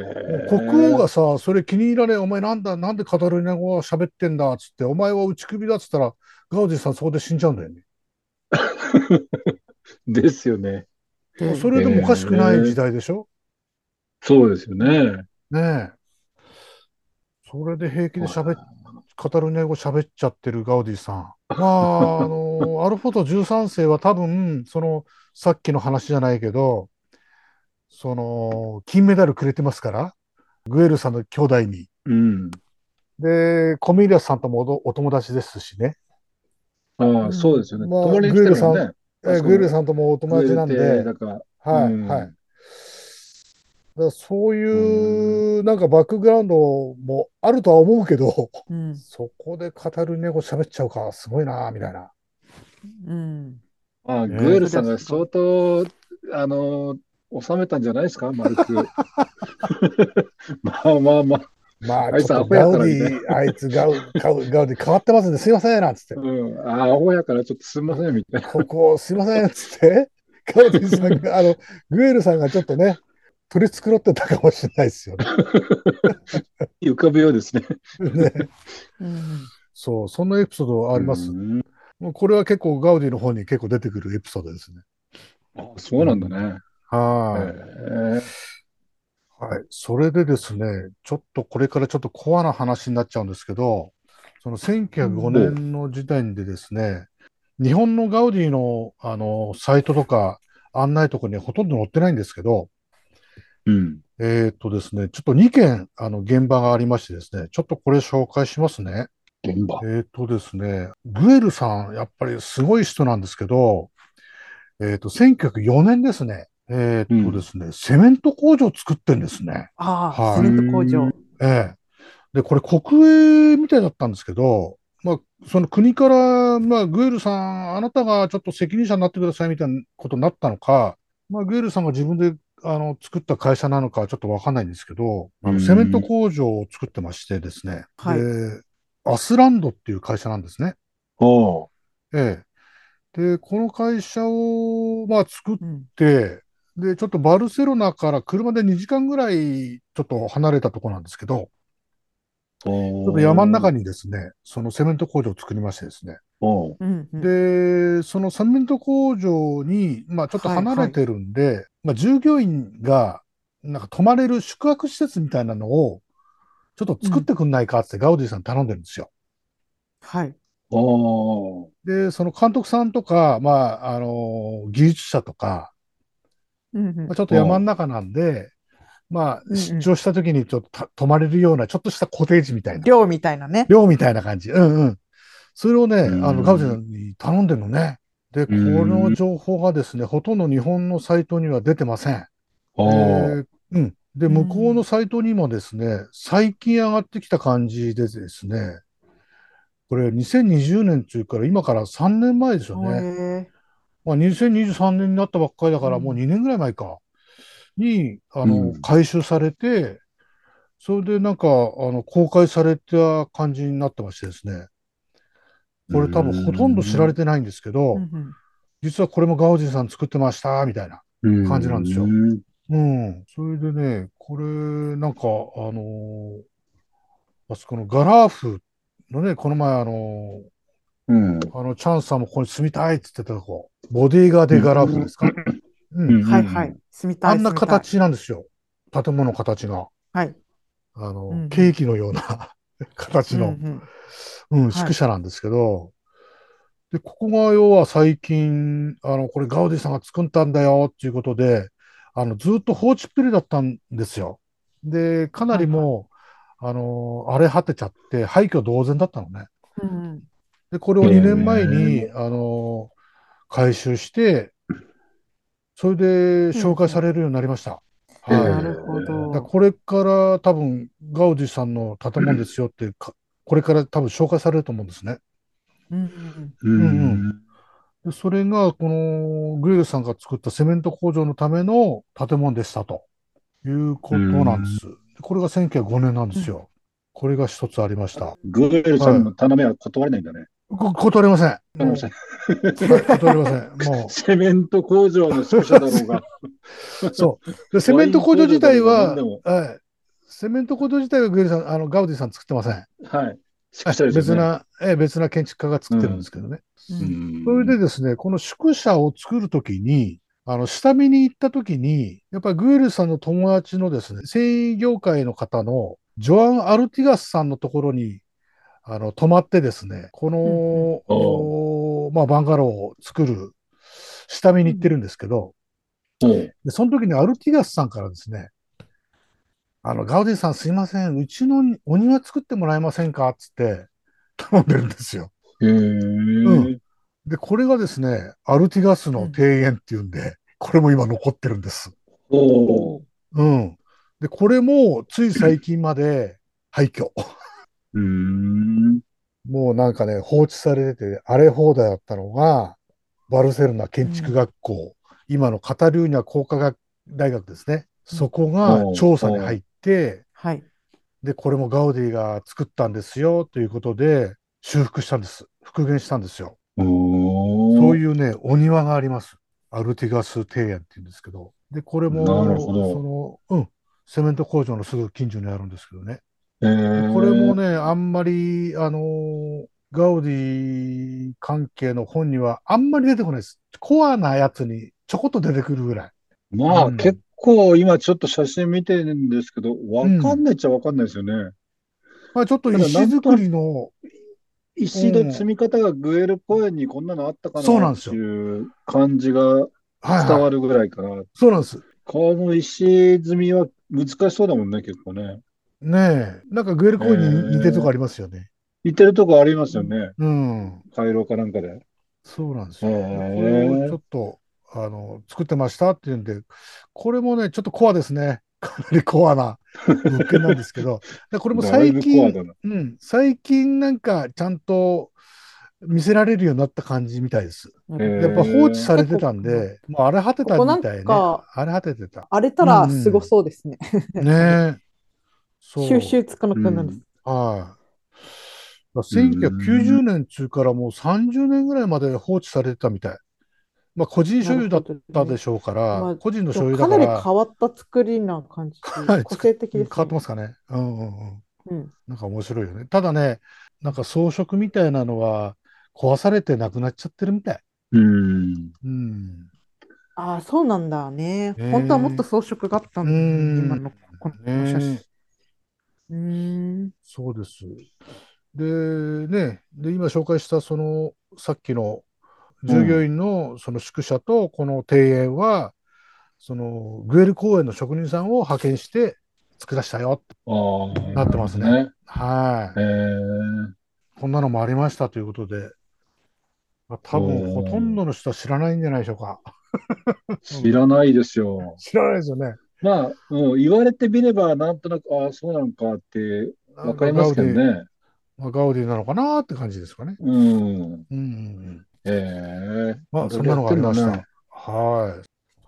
Speaker 4: え
Speaker 3: 国王がさ、それ気に入らねえ、お前なんだ、なんでカタルーニャ語は喋ってんだ、つって、お前は打ち首だっつったら、ガウディさんそこで死んじゃうんだよね。
Speaker 4: ですよね。
Speaker 2: うん
Speaker 3: それでもおかしくない時代でしょ
Speaker 4: そうですよね。
Speaker 3: ねえ。それで平気で喋っ、カタルーニャ語喋っちゃってるガウディさん。まあ、あの、アルフォート13世は多分、その、さっきの話じゃないけど、その、金メダルくれてますから、グエルさんの兄弟に。
Speaker 4: うん。
Speaker 3: で、コミリアスさんともおどお友達ですしね。
Speaker 4: ああ、そうですよね。
Speaker 3: まあ
Speaker 4: 共に来てるもんね。
Speaker 3: えー
Speaker 4: そう
Speaker 3: グエルさんともお友達なん
Speaker 4: グエル
Speaker 3: で
Speaker 4: テ、だから、
Speaker 3: はい、
Speaker 4: うん
Speaker 3: はい。だからそういう、なんかバックグラウンドもあるとは思うけど、
Speaker 2: うん。
Speaker 3: そこで語る猫喋っちゃうか、すごいな、みたいな。
Speaker 2: うん。
Speaker 4: ああ、
Speaker 3: ね
Speaker 4: グエルさんが相当、あの、収めたんじゃないですか、丸く。まあまあまあ、
Speaker 3: まあ、
Speaker 4: あいつ
Speaker 3: ちょっと
Speaker 4: アホや
Speaker 3: ガ
Speaker 4: から
Speaker 3: ウディ、あいつガウ、ガウ、ガウディ変わってますんで、すいません、なんつ って。
Speaker 4: うん、ああ、アホやからちょっとすみません、みたいな。
Speaker 3: ここ、すいません、なんつって。ガウディさんが、あの、グエルさんがちょっとね、取り繕ってたかもしれないですよね。
Speaker 4: 浮かぶようですね。
Speaker 3: ね
Speaker 2: うん。
Speaker 3: そう、そんなエピソードあります
Speaker 4: う。ん
Speaker 3: もうこれは結構ガウディの方に結構出てくるエピソードですね。
Speaker 4: あそうなんだね。
Speaker 3: はい。
Speaker 4: へえ
Speaker 3: はい。それでですね、ちょっとこれからちょっとコアな話になっちゃうんですけど、その1905年の時点でですね、日本のガウディの、あの、サイトとか案内とかにはほとんど載ってないんですけど、
Speaker 4: うん。
Speaker 3: えーっとですね、ちょっと2件、あの、現場がありましてですね、ちょっとこれ紹介しますね。
Speaker 4: 現場
Speaker 3: え。ーっとですね、グエルさん、やっぱりすごい人なんですけど、えーっと、1904年ですね、えーっとですね、セメント工場を作ってんですね。
Speaker 2: あ
Speaker 3: は
Speaker 2: あ、
Speaker 3: い
Speaker 2: セメント工場。
Speaker 3: ええ。で、これ国営みたいだったんですけど、まあ、その国から、まあ、グエルさん、あなたがちょっと責任者になってくださいみたいなことになったのか、まあ、グエルさんが自分で、あの、作った会社なのかちょっとわかんないんですけど、あ
Speaker 4: う
Speaker 3: の、
Speaker 4: ん
Speaker 3: セメント工場を作ってましてですね、
Speaker 2: はい
Speaker 3: で、アスランドっていう会社なんですね。
Speaker 4: おう
Speaker 3: ええ。で、この会社を、まあ、作っ
Speaker 2: うん。
Speaker 3: て、で、ちょっとバルセロナから車で2時間ぐらい、ちょっと離れたとこなんですけど、ちょっと山の中にですね、そのセメント工場を作りましてですね。
Speaker 4: おう
Speaker 2: うん。うん、
Speaker 3: で、そのセメント工場に、まあちょっと離れてるんで、まあ従業員が、なんか泊まれる宿泊施設みたいなのを、ちょっと作ってくんないかってガウディさんに頼んでるんですよ。
Speaker 2: はい。
Speaker 4: おう
Speaker 3: で、その監督さんとか、まあ、あの技術者とか、
Speaker 2: うんうん
Speaker 3: まあ、ちょっと山の中なんで、ま
Speaker 2: うんう
Speaker 3: あ、
Speaker 2: ん
Speaker 3: 出張した時にちょっとた泊まれるような、ちょっとしたコテージみたいな。
Speaker 2: 寮みたいなね。
Speaker 3: 寮みたいな感じ。うんうん。それをね、
Speaker 4: うん
Speaker 3: あの、ガウディさんに頼んでるのね。で、こ
Speaker 4: うん
Speaker 3: の情報がですね、ほとんど日本のサイトには出てません。
Speaker 4: おう
Speaker 3: えーうん。で、向こうのサイトにもですね、最近上がってきた感じでですね、これ2020年中から今から3年前ですよね。
Speaker 2: へえ
Speaker 3: まあ、2023年になったばっかりだから、
Speaker 2: うん
Speaker 3: もう2年ぐらい前か、に、あの、
Speaker 4: うん
Speaker 3: 回収されて、それでなんか、あの、公開された感じになってましてですね。これ多分ほとんど知られてないんですけど、
Speaker 2: うんうん
Speaker 3: 実はこれもガウジンさん作ってました、みたいな。感じなんですよ
Speaker 4: うん
Speaker 3: うん。それでね、これ、なんか、あのーあそこのガラーフのね、この前、あの
Speaker 4: うん。
Speaker 3: ーあの、チャンさんもここに住みたいって言ってたとこ、ボディガーデガラーフですか。うん
Speaker 4: うん
Speaker 2: はいはい。住みたい。
Speaker 3: あんな
Speaker 2: 住みたい。
Speaker 3: 形なんですよ。建物の形が。
Speaker 2: はい。
Speaker 3: あの、
Speaker 2: うんうん
Speaker 3: ケーキのような形
Speaker 2: う
Speaker 3: の、
Speaker 2: ん
Speaker 3: うん、宿舎なんですけど、で、ここが要は最近、あの、これガウディさんが作ったんだよっていうことで、あの、ずっと放置っぺりだったんですよ。で、かなりもう、あの、荒れ果てちゃって、廃墟同然だったのね。
Speaker 2: うんうん
Speaker 3: で、これを2年前に、あの、回収して、それで紹介されるようになりました。
Speaker 4: うん
Speaker 3: はい。
Speaker 2: なるほ
Speaker 3: だから
Speaker 2: ど。
Speaker 3: これから多分、ガウディさんの建物ですよってか、これから多分紹介されると思うんですね。
Speaker 2: うんうん
Speaker 4: うん
Speaker 3: うんでそれが、このグエルさんが作ったセメント工場のための建物でしたということなんです。これが1905年なんですよ。これが一つありました。
Speaker 4: グエルさんの頼みは断れないんだね。
Speaker 3: こ断れません。
Speaker 4: わかりました
Speaker 3: はい断れません。 も
Speaker 4: セメント工場の宿舎だろうが。
Speaker 3: う、そう。で セメント工場自体
Speaker 4: ワ
Speaker 3: は
Speaker 4: イン工場でも、
Speaker 3: はい。セメント工場自体はグエルさん、あの、ガウディさん作ってません。
Speaker 4: はい。宿
Speaker 3: はい
Speaker 4: 舎です
Speaker 3: 別
Speaker 4: よね。
Speaker 3: な、ええ別な建築家が作ってるんですけどね。
Speaker 4: うん
Speaker 3: それでですね、この宿舎を作るときに、あの、下見に行ったときに、やっぱりグエルさんの友達のですね、繊維業界の方のジョアン・アルティガスさんのところに、あの、泊まってですね、この、おまあ、バンガローを作る、下見に行ってるんですけど、
Speaker 4: そう
Speaker 3: で、その時にアルティガスさんからですね、あの、ガウディさんすいません、うちのお庭作ってもらえませんかっつって頼んでるんですよ。
Speaker 4: へ
Speaker 3: う
Speaker 4: ー
Speaker 3: で、これがですね、アルティガスの庭園っていうんで、これも今残ってるんです。
Speaker 4: おー
Speaker 3: うん。で、これもつい最近まで廃墟。
Speaker 4: うーん。
Speaker 3: もうなんかね、放置されてて、荒れ放題だったのが、バルセロナ建築学校、今のカタルーニャ工科学大学ですね。そこが調査に入って、
Speaker 2: はい。
Speaker 3: で、これもガウディが作ったんですよということで、修復したんです。復元したんですよ。そ
Speaker 4: そうういう。
Speaker 3: いうね、お庭があります。アルティガス庭園っていうんですけど。で、これも、
Speaker 4: なるほど
Speaker 3: その、うん、セメント工場のすぐ近所にあるんですけどね。
Speaker 4: へ
Speaker 3: で
Speaker 4: ー
Speaker 3: これも。ね、あんまり、あのーガウディ関係の本にはあんまり出てこないです。コアなやつにちょこっと出てくるぐらい。
Speaker 4: まあ、
Speaker 3: うん
Speaker 4: 結構今ちょっと写真見てるんですけど、わかんないっちゃわかんないですよね。
Speaker 3: まあ、ちょっと
Speaker 4: ただ
Speaker 3: 石造りの、
Speaker 4: 石の積み方がグエル公園にこんなのあったか
Speaker 3: そうな
Speaker 4: なんっ
Speaker 3: で
Speaker 4: て
Speaker 3: すよ
Speaker 4: いう感じが
Speaker 3: はい、
Speaker 4: 伝
Speaker 3: は
Speaker 4: わ
Speaker 3: い。
Speaker 4: るぐらいから、
Speaker 3: そうなんです。
Speaker 4: 川の石積みは難しそうだもんね、結構ね。
Speaker 3: ねえ。なんかグエルコインに似てるとこありますよね。
Speaker 4: 似てるとこありますよね。
Speaker 3: うん。
Speaker 4: 回廊かなんかで。
Speaker 3: そうなんです
Speaker 4: へ
Speaker 3: よ。これをち
Speaker 4: ー
Speaker 3: ょっと、あの、作ってましたっていうんで、これもね、ちょっとコアですね。 かなりコアな物件なんですけど、でこれも最
Speaker 4: だいぶコ
Speaker 3: 近、
Speaker 4: アだな。
Speaker 3: うん、最近なんかちゃんと見せられるようになった感じみたいです。
Speaker 4: えへー
Speaker 3: やっぱ放置されてたんで、もう荒れ果てたみ
Speaker 2: ここ
Speaker 3: たいね。
Speaker 2: なんか
Speaker 3: 荒れ果ててた。
Speaker 2: 荒れたらすごそうですね。
Speaker 3: ねえ。そう。
Speaker 2: 収集つかなくなる。
Speaker 4: う
Speaker 3: は
Speaker 4: ん
Speaker 3: い。だから1990年中からもう30年ぐらいまで放置されてたみたい。まあ、個人所有だったでしょうから、
Speaker 2: まあ
Speaker 3: 個人の
Speaker 2: で
Speaker 3: 所有
Speaker 2: も
Speaker 3: だ
Speaker 2: か
Speaker 3: か
Speaker 2: なり
Speaker 3: ら、
Speaker 2: 変わった作りな感じ
Speaker 3: はい。
Speaker 2: 個性的
Speaker 3: 変
Speaker 2: です、ね。
Speaker 3: わってますかね。うんうんうん。
Speaker 2: うん。
Speaker 3: なんか面白いよね。ただね、なんか装飾みたいなのは壊されてなくなっちゃってるみたい。
Speaker 4: うん。
Speaker 3: うん。
Speaker 2: ああ、そうなんだね。
Speaker 3: ね
Speaker 2: 本当はもっと装飾があったんだね、
Speaker 3: うん
Speaker 2: 今のこの写真。
Speaker 3: ね
Speaker 2: うーん。
Speaker 3: そうです。で、ね、で、今紹介したその、さっきの従業員のその宿舎とこの庭園は、そのグエル公園の職人さんを派遣して作らしたよ。
Speaker 4: ああ。
Speaker 3: なってますね
Speaker 4: なる
Speaker 3: は
Speaker 4: ほどね。へー
Speaker 3: い。こんなのもありましたということで、まあ、多分
Speaker 4: お
Speaker 3: ほ
Speaker 4: ー
Speaker 3: とんどの人は知らないんじゃないでしょうか。
Speaker 4: 知らないですよ。
Speaker 3: 知らないですよね。
Speaker 4: まあ、うん、言われてみれば、なんとなく、ああ、そうなのかって、わかりますけど
Speaker 3: なんかガウディ。
Speaker 4: ね。
Speaker 3: まあ、ガウディなのかなって感じですかね。
Speaker 4: うん。
Speaker 3: うんうんうん。
Speaker 4: ええ
Speaker 3: まあ、そんなのがありまし
Speaker 4: や
Speaker 3: た。
Speaker 4: ってる
Speaker 3: は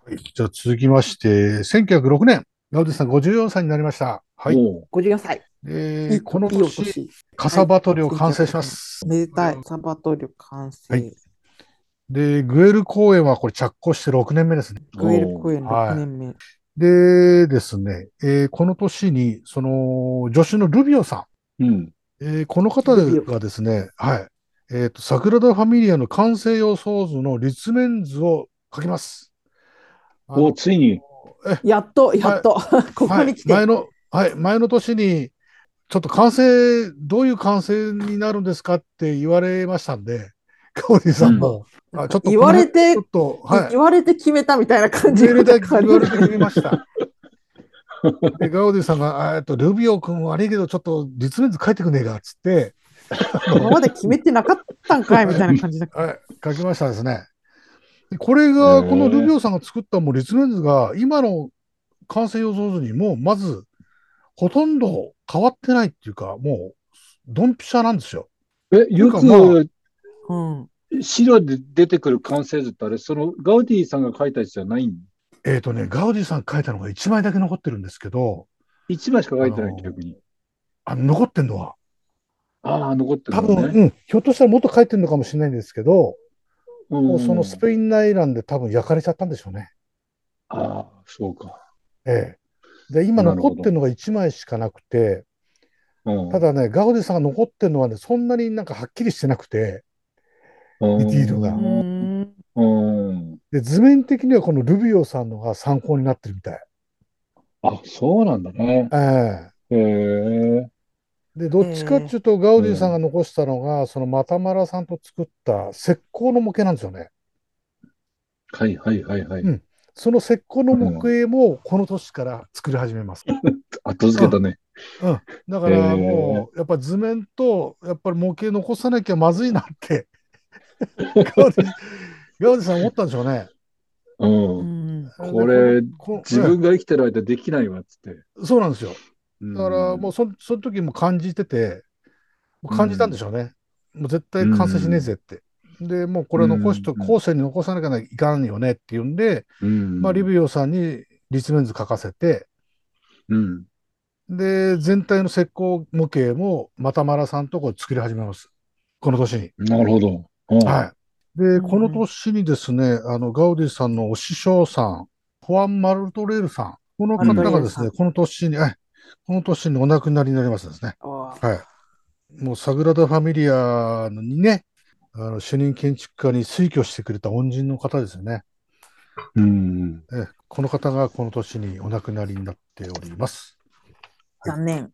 Speaker 3: い。はい。じゃあ続きまして、1906年、ラウディさん54歳になりました。は
Speaker 4: の
Speaker 3: い。
Speaker 4: ね。おう
Speaker 2: 54
Speaker 3: えー
Speaker 2: 歳。いい
Speaker 3: この
Speaker 2: いいお
Speaker 3: 年、カサバトリを完成します。
Speaker 2: めでたい。サバトリ完成。
Speaker 3: はいで、グエル公園はこれ着工して6年目ですね。
Speaker 2: グエル公演
Speaker 3: はい
Speaker 2: 6年目。
Speaker 3: でですね、えーこの年に、その、助手のルビオさ
Speaker 4: うん。
Speaker 3: ん、えーこの方
Speaker 2: ルビオ
Speaker 3: がですね、はい、えっ、と、サグラダ・ファミリアの完成予想図の立面図を描きます。あの
Speaker 4: お、ついに。
Speaker 2: やっと、やっと、 ここに来て。
Speaker 3: はい、前の、はい、前の年に、ちょっと完成、どういう完成になるんですかって言われましたんで、カオリさんも、あちょっと
Speaker 2: 言われて
Speaker 3: ちょっと、はい。
Speaker 2: 言われて決めたみたいな感じ
Speaker 3: メールだけ
Speaker 2: 感
Speaker 3: 言
Speaker 2: じ
Speaker 3: われてみ ました。で、ガウディさんが、あえっと、ルビオ君悪いけど、ちょっと実面図書いてくんねえか、っつって、
Speaker 2: 今まで決めてなかったんかいみたいな感じだ。
Speaker 3: はい、書きましたですね。でこれが、このルビオさんが作ったもう立面図が、今の完成予想図にもう、まず、ほとんど変わってないっていうか、もう、ドンピシャなんですよ。
Speaker 4: え、よ
Speaker 3: なんかま
Speaker 4: く
Speaker 2: うん。
Speaker 4: 資料で出てくる完成図ってあれ、そのガウディさんが書いたやつじゃないん
Speaker 3: えっ、とね、ガウディさん書いたのが1枚だけ残ってるんですけど、
Speaker 4: 一枚しか書いてな
Speaker 3: あ
Speaker 4: い、
Speaker 3: のー
Speaker 4: 逆に。
Speaker 3: あの残ってんのは、
Speaker 4: ああ、残ってる
Speaker 3: 多
Speaker 4: の
Speaker 3: 分、
Speaker 4: ね。
Speaker 3: うん、ひょっとしたらもっと帰ってるのかもしれないんですけど、
Speaker 4: 多
Speaker 3: もうそのスペイン内乱で多分焼かれちゃったんでしょうね。
Speaker 4: ああ、そうか。
Speaker 3: ええ。で、今
Speaker 4: なるほ
Speaker 3: 残
Speaker 4: ど
Speaker 3: ってるのが1枚しかなくて、
Speaker 4: うん、
Speaker 3: ただね、ガウディさんが残ってるのはね、そんなになんかはっきりしてなくて、
Speaker 4: うん、
Speaker 3: ディティールが
Speaker 2: うん。
Speaker 4: うん。
Speaker 3: で図面的にはこのルビオさんのが参考になってるみたい。
Speaker 4: あ、そうなんだね。
Speaker 3: ええ。
Speaker 4: へえ。
Speaker 3: で、どっちかっていうと、ガウディさんが残したのが、そのマタマラさんと作った石膏の模型なんですよね。
Speaker 4: はいはいはいはい。
Speaker 3: うんその石膏の模型もこの年から作り始めます。
Speaker 4: 後付けたね。
Speaker 3: だからもう、やっぱ図面と、やっぱり模型残さなきゃまずいなっ て、ガウディ、ガウディさん思ったんでしょうね。
Speaker 4: うん。
Speaker 2: うん。
Speaker 4: これ
Speaker 3: こ
Speaker 4: 自分が生きてる間できないわっつって。
Speaker 3: そうなんですよ。だ
Speaker 4: だ
Speaker 3: からもうそ、その時も感じてて、もう感じたんでしょうね。もう絶対完成しねえぜって。で、もうこれは残しと、
Speaker 4: うん
Speaker 3: 後世に残さなきゃいかんよねっていうんで、
Speaker 4: うん、
Speaker 3: まあ、リビオさんに立面図書かせて、
Speaker 4: うん。
Speaker 3: で、全体の石膏模型も、またマラさんとこで作り始めます。この年に。
Speaker 4: なるほど。うん
Speaker 3: はい。
Speaker 2: う
Speaker 3: で、
Speaker 2: ん
Speaker 3: この年にですね、あの、ガウディさんのお師匠さん、ホアン・マルトレールさん、この方
Speaker 2: マ
Speaker 3: がです
Speaker 2: ルトレールさ
Speaker 3: ね、
Speaker 2: ん
Speaker 3: この年に、はいこの年にお亡くなりになりますですね。
Speaker 2: ああ
Speaker 3: はい。もう、サグラダ・ファミリアにね、あの主任建築家に推挙してくれた恩人の方ですよね。
Speaker 4: うん。
Speaker 3: ええこの方がこの年にお亡くなりになっております。
Speaker 2: 残念。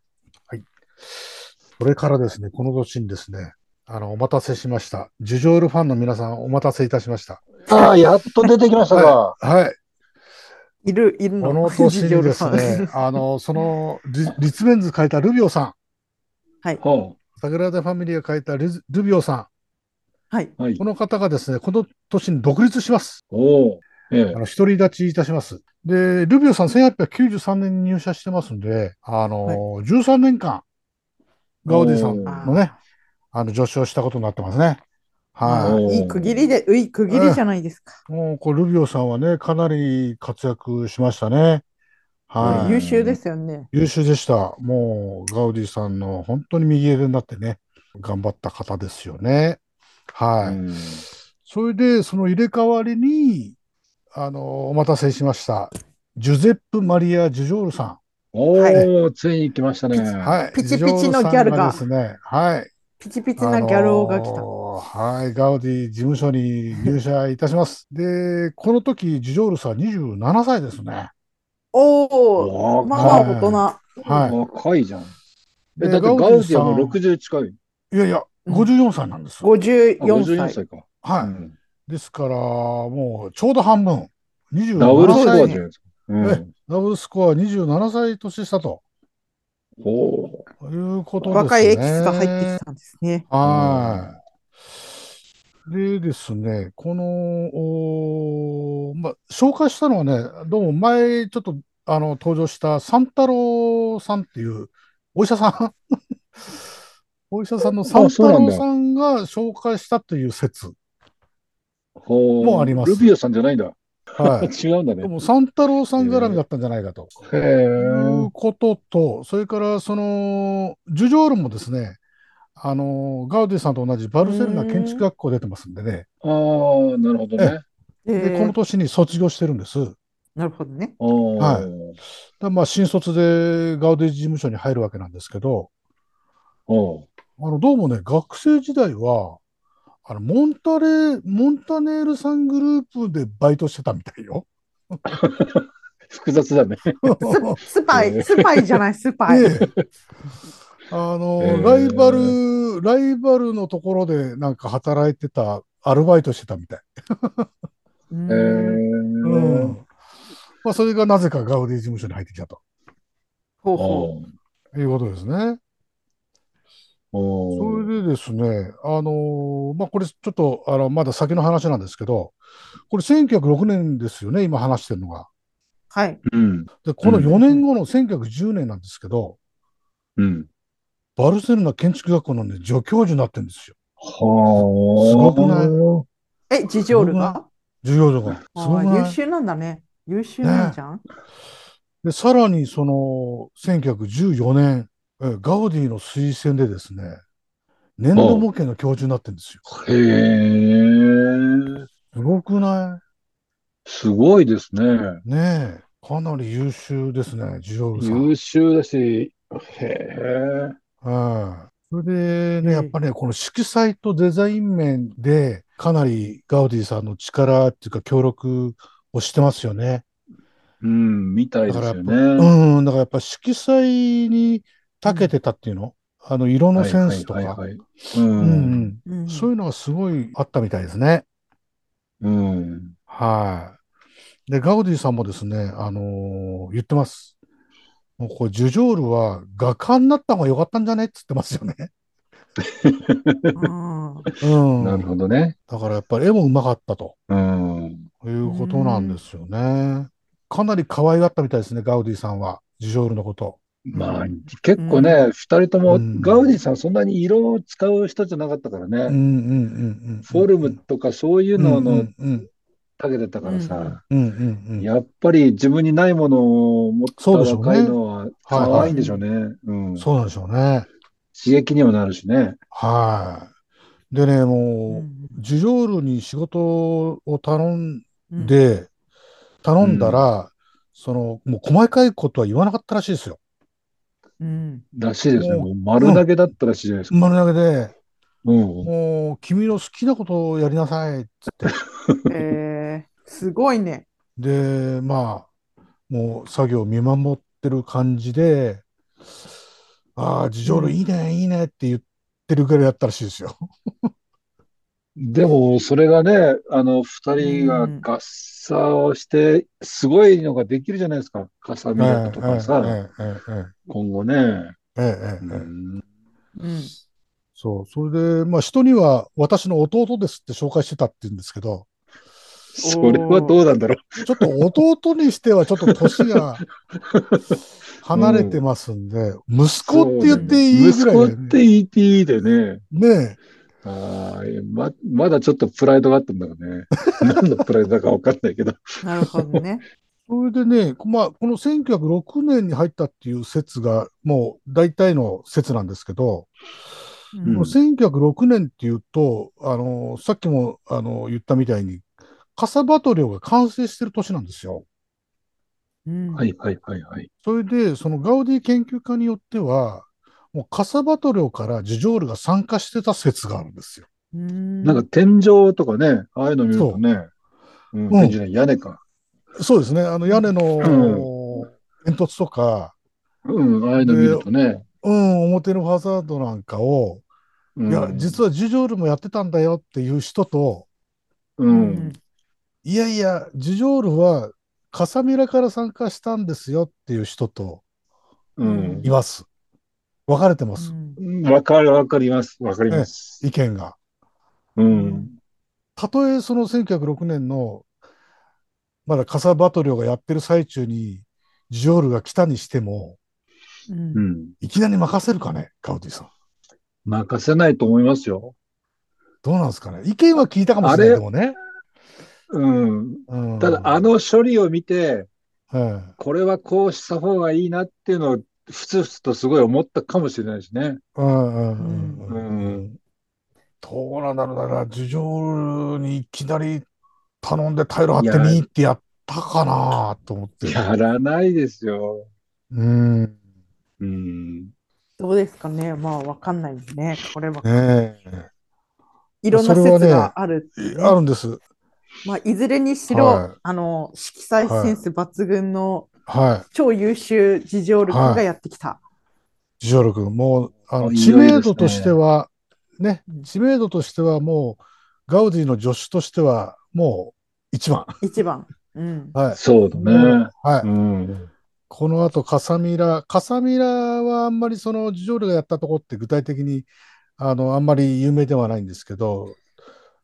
Speaker 3: それからですね、この年にですね、あの、お待たせしました。ジュジョールファンの皆さん、お待たせいたしました。
Speaker 4: ああ、やっと出てきましたか。
Speaker 3: はい。
Speaker 2: いる、いるの。
Speaker 3: この年にです
Speaker 2: 夜
Speaker 3: ね、あの、その、リ立面図書いたルビオさ
Speaker 4: は
Speaker 3: ん、サグラダ・ファミリア書いたルズルビオさ
Speaker 2: はい。
Speaker 4: あ、はい
Speaker 3: ん、こ。の方がですね、この年に独立します。
Speaker 4: おお。ええ
Speaker 3: あ。の、独り立ちいたします。で、ルビオさん1893年に入社してますんで、あの、13年間、ガウディさんのね、あの、助手をしたことになってますね。
Speaker 2: ああ
Speaker 3: はい
Speaker 2: いい区切りで、うい区切りじゃないですか。
Speaker 3: い。もう、こう、ルビオさんはね、かなり活躍しましたね。
Speaker 4: うん
Speaker 3: はい。
Speaker 2: 優秀ですよね。
Speaker 3: 優秀でした。もう、ガウディさんの本当に右腕になってね、頑張った方ですよね。はい。
Speaker 4: うん
Speaker 3: それで、その入れ替わりに、あの、お待たせしました。ジュゼップ・マリア・ジュジョールさん。
Speaker 4: お
Speaker 2: は
Speaker 4: お、ついに来ましたね。
Speaker 3: はい。
Speaker 2: ピチピチのギャルが
Speaker 3: ジョールさんがですね、はい。
Speaker 2: ピチピチなギャル王が来
Speaker 3: あ
Speaker 2: た。
Speaker 3: のーはい。ガウディ事務所に入社いたします。で、この時、ジュジョールさん27歳ですね。
Speaker 2: おお。
Speaker 4: おお、
Speaker 2: まあまあ
Speaker 3: はい
Speaker 2: 大人。
Speaker 3: は
Speaker 4: 若いじゃん。え、
Speaker 3: い。
Speaker 4: だってガウディはもう
Speaker 3: 60
Speaker 4: 60近い。
Speaker 3: いやいや、54歳なんです。
Speaker 4: あ54
Speaker 2: 54歳。
Speaker 4: 歳か。う
Speaker 3: は
Speaker 4: ん
Speaker 3: い。ですから、もうちょうど半分。27
Speaker 4: ダブルスコア
Speaker 3: 歳に。
Speaker 4: じゃないですか。うん。
Speaker 3: ダブルスコア27歳年下と
Speaker 4: おお。
Speaker 3: いうことですね。
Speaker 2: 若いエキスが入ってきたんですね。
Speaker 3: はい。でですね、この、おーまあ、紹介したのはね、どうも前ちょっとあの登場した三太郎さんっていうお医者さん お医者さんの三太郎さんが紹介したという説。
Speaker 4: ほう
Speaker 3: もうあります
Speaker 4: ルビオさんじゃないんだ。
Speaker 3: は い。
Speaker 4: 違うんだ
Speaker 3: で
Speaker 4: ね。
Speaker 3: も三太郎さん絡みだったんじゃないかと。
Speaker 4: へ
Speaker 3: い
Speaker 4: え
Speaker 3: う。ことと、それからその、ジュジョールもですね、あの、ガウディさんと同じバルセロナ建築学校出てますんでね、
Speaker 4: ああ、なるほどね。
Speaker 2: え
Speaker 3: で、こ
Speaker 2: ー
Speaker 3: の年に卒業してるんです。だか
Speaker 2: なるほどね。
Speaker 3: はい
Speaker 4: い。
Speaker 3: らまあ、新卒でガウディ事務所に入るわけなんですけど、
Speaker 4: おう
Speaker 3: あの、どうもね、学生時代は、あの、モンタレ、モンタネールさんグループでバイトしてたみたいよ。
Speaker 4: 複雑だね。
Speaker 2: スパ
Speaker 4: えー
Speaker 2: イ、スパイじゃない、スパイ。
Speaker 3: ええあの、
Speaker 4: えー
Speaker 3: ライバル、ライバルのところでなんか働いてた、アルバイトしてたみたい。
Speaker 2: う
Speaker 4: へ
Speaker 2: ん
Speaker 3: う
Speaker 4: ー
Speaker 3: ん。まあ、それがなぜかガウディ事務所に入ってきたと
Speaker 2: ほうほ
Speaker 4: おう
Speaker 3: いうことですね。そ
Speaker 4: おう
Speaker 3: れでですね、あのーまあ、これちょっと、あの、まだ先の話なんですけど、これ1906年ですよね、今話してるのが。
Speaker 2: う。はい。
Speaker 4: うん。
Speaker 3: で、この
Speaker 4: うん
Speaker 3: 4年後の1910年なんですけど、
Speaker 4: うん。
Speaker 3: バルセロナ建築学校のね、助教授になってるんですよ。
Speaker 4: はあ。
Speaker 3: すごくない
Speaker 2: え、ジジョールが
Speaker 3: 授業所が。す
Speaker 2: あ
Speaker 3: ご
Speaker 2: あ
Speaker 3: く
Speaker 2: ー
Speaker 3: な
Speaker 2: 優
Speaker 3: い
Speaker 2: 秀なんだね。優秀なんじゃん。
Speaker 3: で、さらにその、1914年、えガウディの推薦でですね、年度模型の教授になってるんですよ。
Speaker 4: へえ。
Speaker 3: すごくな
Speaker 4: すごいですね。
Speaker 3: いねえ。かなり優秀ですね、ジオルさん。
Speaker 4: 優秀だし、へえ。
Speaker 3: はい。それで
Speaker 2: え
Speaker 3: ね、
Speaker 2: え
Speaker 3: やっぱね、この色彩とデザイン面で、かなりガウディさんの力っていうか、協力をしてますよね。
Speaker 4: うん、みたい
Speaker 3: だ
Speaker 4: で
Speaker 3: か
Speaker 4: す
Speaker 3: らやっ
Speaker 4: よ
Speaker 3: ぱ、
Speaker 4: ね。
Speaker 3: うん、だからやっぱ色彩に長けてたっていうの、あの、色のセンスと
Speaker 4: はいは
Speaker 3: か
Speaker 4: い、はいはい。う。
Speaker 3: うんん、
Speaker 2: うん
Speaker 3: そういうのがすごいあったみたいですね。
Speaker 4: うん。
Speaker 3: はい。で、ガウディさんもですね、あのー言ってます。もうこれ、ジュジョールは画家になった方が良かったんじゃねっつってますよね。
Speaker 2: あー
Speaker 3: うん。
Speaker 4: なるほどね。
Speaker 3: だからやっぱり絵もうまかったと
Speaker 4: うん。
Speaker 3: いうことなんですよね。かなり可愛がったみたいですね、ガウディさんは、ジュジョールのこと。
Speaker 4: まあ、結構ね、二人とも、
Speaker 3: うん
Speaker 4: ガウディさんそんなに色を使う人じゃなかったから
Speaker 3: うん
Speaker 4: ね。
Speaker 3: うんうんうん。
Speaker 4: フォルムとかそういうの
Speaker 3: うんう
Speaker 4: の
Speaker 3: んうん
Speaker 4: たけてたからさ、
Speaker 3: うんうんうん。
Speaker 4: やっぱり自分にないものを持った
Speaker 3: そうでしょうね
Speaker 4: 若いのは可愛いんでしょうね。うん。刺
Speaker 3: そうなんでしょうね。
Speaker 4: 激にもなるしね。
Speaker 3: はい。でね、
Speaker 2: う
Speaker 3: もう、
Speaker 2: ん
Speaker 3: ジュジョールに仕事を頼ん、で、頼んだら、その、もう細かいことは言わなかったらしいですよ。
Speaker 2: うん
Speaker 4: らしいですね。
Speaker 3: も
Speaker 4: もう丸投げだったらしいじゃないですか。
Speaker 3: 丸投げで、
Speaker 4: うん。
Speaker 3: もう、君の好きなことをやりなさい。
Speaker 2: えー、すごいね。
Speaker 3: で、まあ、もう作業を見守ってる感じで、ああ、ジョールいいね、いいねって言ってるぐらいだったらしいですよ。
Speaker 4: でも、それがね、あの、二人が合作をして、すごいのができるじゃないですか。カサミラとかさ、
Speaker 3: ええええ
Speaker 4: 今後ね。
Speaker 3: えええ
Speaker 4: う
Speaker 3: えええ
Speaker 4: ん
Speaker 2: うん、
Speaker 3: そう、それで、まあ、人には私の弟ですって紹介してたって言うんですけど、
Speaker 4: それはどうなんだろ
Speaker 3: ちょっと弟にしてはちょっと年 が離れてますんで、息子って言って
Speaker 4: う。
Speaker 3: いい
Speaker 4: 息
Speaker 3: ぐらい
Speaker 4: 子
Speaker 3: だ
Speaker 4: っ
Speaker 3: よね
Speaker 4: て ET でね、
Speaker 3: ね
Speaker 4: あーま、まだちょっとプライドがあったんだろうね。 何のプライドだかわかんないけど。
Speaker 2: なるほどね。
Speaker 3: それでね、まあ、この1906年に入ったっていう説が、もう大体の説なんですけど、
Speaker 2: うん
Speaker 4: うん
Speaker 3: 1906年っていうと、あの、さっきも、あの、言ったみたいに、カサバトリオが完成してる年なんですよ。
Speaker 2: うん
Speaker 4: はいはいはいはい。
Speaker 3: それで、そのガウディ研究家によっては、もうカサバトリオからジュジョールが参加してた説があるんですよ。
Speaker 2: うん
Speaker 4: なんか天井とかね、ああいうの見るとね、う
Speaker 3: う
Speaker 4: ん、
Speaker 3: ん
Speaker 4: 天井じゃない屋根か。
Speaker 3: そうですね。あの、屋根の煙突とか、
Speaker 4: うん、ああいうの見るとね。
Speaker 3: うん、表のファサードなんかを、
Speaker 4: い
Speaker 3: いや、実はジュジョールもやってたんだよっていう人と、
Speaker 4: う
Speaker 2: うんん。
Speaker 3: いやいや、ジュジョールはカサミラから参加したんですよっていう人と
Speaker 4: うん
Speaker 3: い。ます。分かれてます、
Speaker 4: わかる、わかります。わかります。
Speaker 3: 意見が。
Speaker 4: うん。
Speaker 3: たとえその1906年の、まだカサバトリオがやってる最中に、ジュジョールが来たにしても、
Speaker 2: うん
Speaker 4: うん。
Speaker 3: いきなり任せるかね、カウディさん。
Speaker 4: 任せないと思いますよ。
Speaker 3: どうなんですかね。意見は聞いたかもしれない
Speaker 4: あれ
Speaker 3: でもね。
Speaker 4: うん。
Speaker 3: うん
Speaker 4: ただ、あ、の処理を見て、
Speaker 3: ええ
Speaker 4: これはこうした方がいいなっていうのを、ふつふつとすごい思ったかもしれないしね。
Speaker 3: うんうんうん
Speaker 4: うん
Speaker 3: うんうんどうなんだろうだから、ジュジョールにいきなり頼んでタイル貼ってみーってやったかなと思って。
Speaker 4: やらないですよ。
Speaker 3: うん。ね
Speaker 4: うん。
Speaker 2: どうですかねまあわかんないね。これは。
Speaker 3: え。
Speaker 2: いろんな
Speaker 3: それはね
Speaker 2: 説がある。
Speaker 3: あるんです。
Speaker 2: まあ、いずれにしろ、
Speaker 3: はい
Speaker 2: あの色彩センス抜群の
Speaker 3: は
Speaker 2: 超優秀事情力がやってきた。
Speaker 3: い。ジュジョール君、もう、あの、
Speaker 4: いい
Speaker 3: 知
Speaker 4: よいいですね
Speaker 3: 名度としては、ね
Speaker 2: う、ん
Speaker 3: 知名度としてはもう、ガウディの助手としては、もう、一番。
Speaker 2: 一番。うん。
Speaker 3: はい。
Speaker 4: そうだね。
Speaker 3: はい。
Speaker 4: うん。
Speaker 3: この後、カサミラ。カサミラはあんまりそのジュジョールがやったとこって具体的にあのあんまり有名ではないんですけど、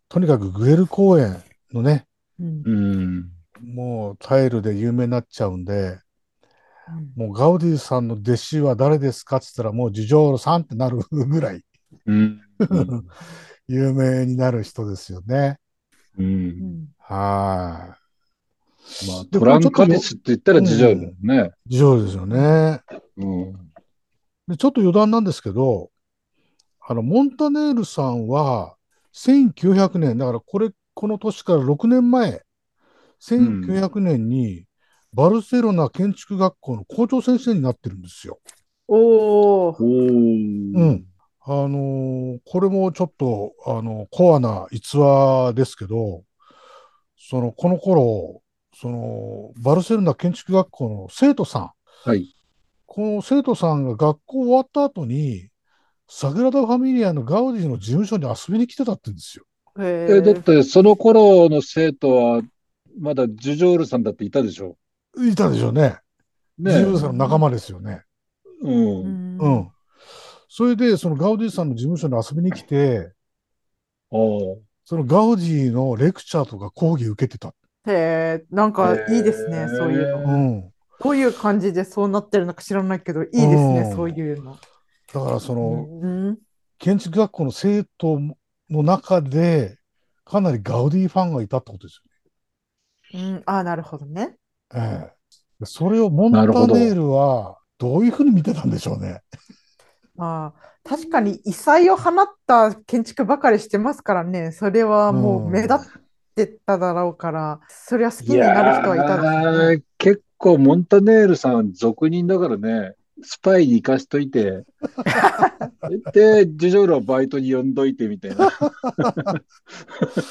Speaker 3: とにかくグエル公園のね、
Speaker 2: うん
Speaker 4: うん。
Speaker 3: もうタイルで有名になっちゃうんで、
Speaker 2: うん
Speaker 3: もうガウディさんの弟子は誰ですかって言ったらもうジュジョールさんってなるぐらい
Speaker 4: うん。
Speaker 3: 有名になる人ですよね。
Speaker 4: う。
Speaker 2: うんん
Speaker 3: は
Speaker 4: まあ、
Speaker 3: で
Speaker 4: トランカデスって言ったら事情だよね。
Speaker 3: い。ジュジョールですよね。
Speaker 4: うん。
Speaker 3: で、ちょっと余談なんですけど、あの、モンタネールさんは、1900年、だからこれ、この年から6年前、1900年に、バルセロナ建築学校の校長先生になってるんですよ。
Speaker 2: おお。
Speaker 4: おー
Speaker 3: うん。あのーこれもちょっと、あの、コアな逸話ですけど、その、この頃、その、バルセロナ建築学校の生徒さん、
Speaker 4: はい。
Speaker 3: この生徒さんが学校終わった後に、サグラダ・ファミリアのガウディの事務所に遊びに来てたって言うんですよ。
Speaker 2: へ
Speaker 4: え、だって、その頃の生徒は、まだジュジョールさんだっていたでしょ。
Speaker 3: いたでしょうね。
Speaker 4: ね
Speaker 3: ジブさんの仲間ですよね。
Speaker 4: う。
Speaker 2: うんん
Speaker 3: う。ん。それで、そのガウディさんの事務所に遊びに来て、
Speaker 4: あー
Speaker 3: そのガウディのレクチャーとか講義受けてた。
Speaker 2: へえ、なんかいいですね、そういうの。
Speaker 3: うん。
Speaker 2: どういう感じでそうなってるのか知らないけど、いいですね
Speaker 3: う、ん
Speaker 2: そういうの。
Speaker 3: だから、その、
Speaker 2: うん
Speaker 3: 建築学校の生徒の中で、かなりガウディファンがいたってことです
Speaker 2: うん、ああ、なるほどね。
Speaker 3: よね。ええ。それをモンタネールは、どういうふうに見てたんでしょうね。
Speaker 2: まあ、確かに異彩を放った建築ばかりしてますからね、それはもう目立ってただろうから、それは好きになる人はいたでしょう
Speaker 4: い
Speaker 2: ね
Speaker 4: やー結構、モンタネールさん、俗人だからね、スパイに行かしとい て、で、ジュジョールをバイトに呼んどいてみたいな。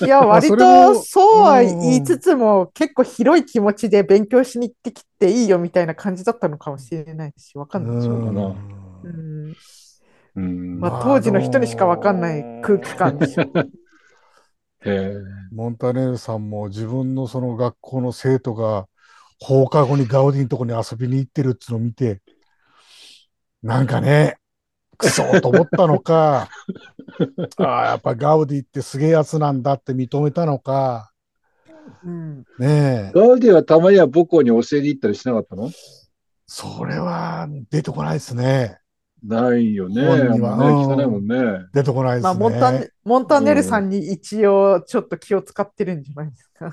Speaker 2: いや、割
Speaker 3: それ
Speaker 2: と
Speaker 3: も
Speaker 2: そうは言いつつも、結構広い気持ちで勉強しに行ってきていいよみたいな感じだったのかもしれないし、わかんないしょうが
Speaker 4: か
Speaker 2: ない。
Speaker 4: な
Speaker 2: うん
Speaker 4: うん。
Speaker 2: ま
Speaker 3: ま
Speaker 2: あ、
Speaker 3: あ
Speaker 2: 当時の人にしかわかんない空気感でしょ。
Speaker 4: えー
Speaker 3: モンタネールさんも自分のその学校の生徒が放課後にガウディのとこに遊びに行ってるっつのを見て、なんかね、クソーと思ったのか、ああ、やっぱガウディってすげえやつなんだって認めたのか、
Speaker 2: うん
Speaker 3: ねえ、
Speaker 4: ガウディはたまには母校に教えに行ったりしなかったの
Speaker 3: それは出てこないですね。
Speaker 4: ないよね。
Speaker 3: 本人は
Speaker 4: あんまね
Speaker 3: うん
Speaker 4: 聞かないもんね。
Speaker 3: 出てこないですね。
Speaker 2: まあ、モンタネ、モンタネルさんに一応ちょっと気を使ってるんじゃないですか。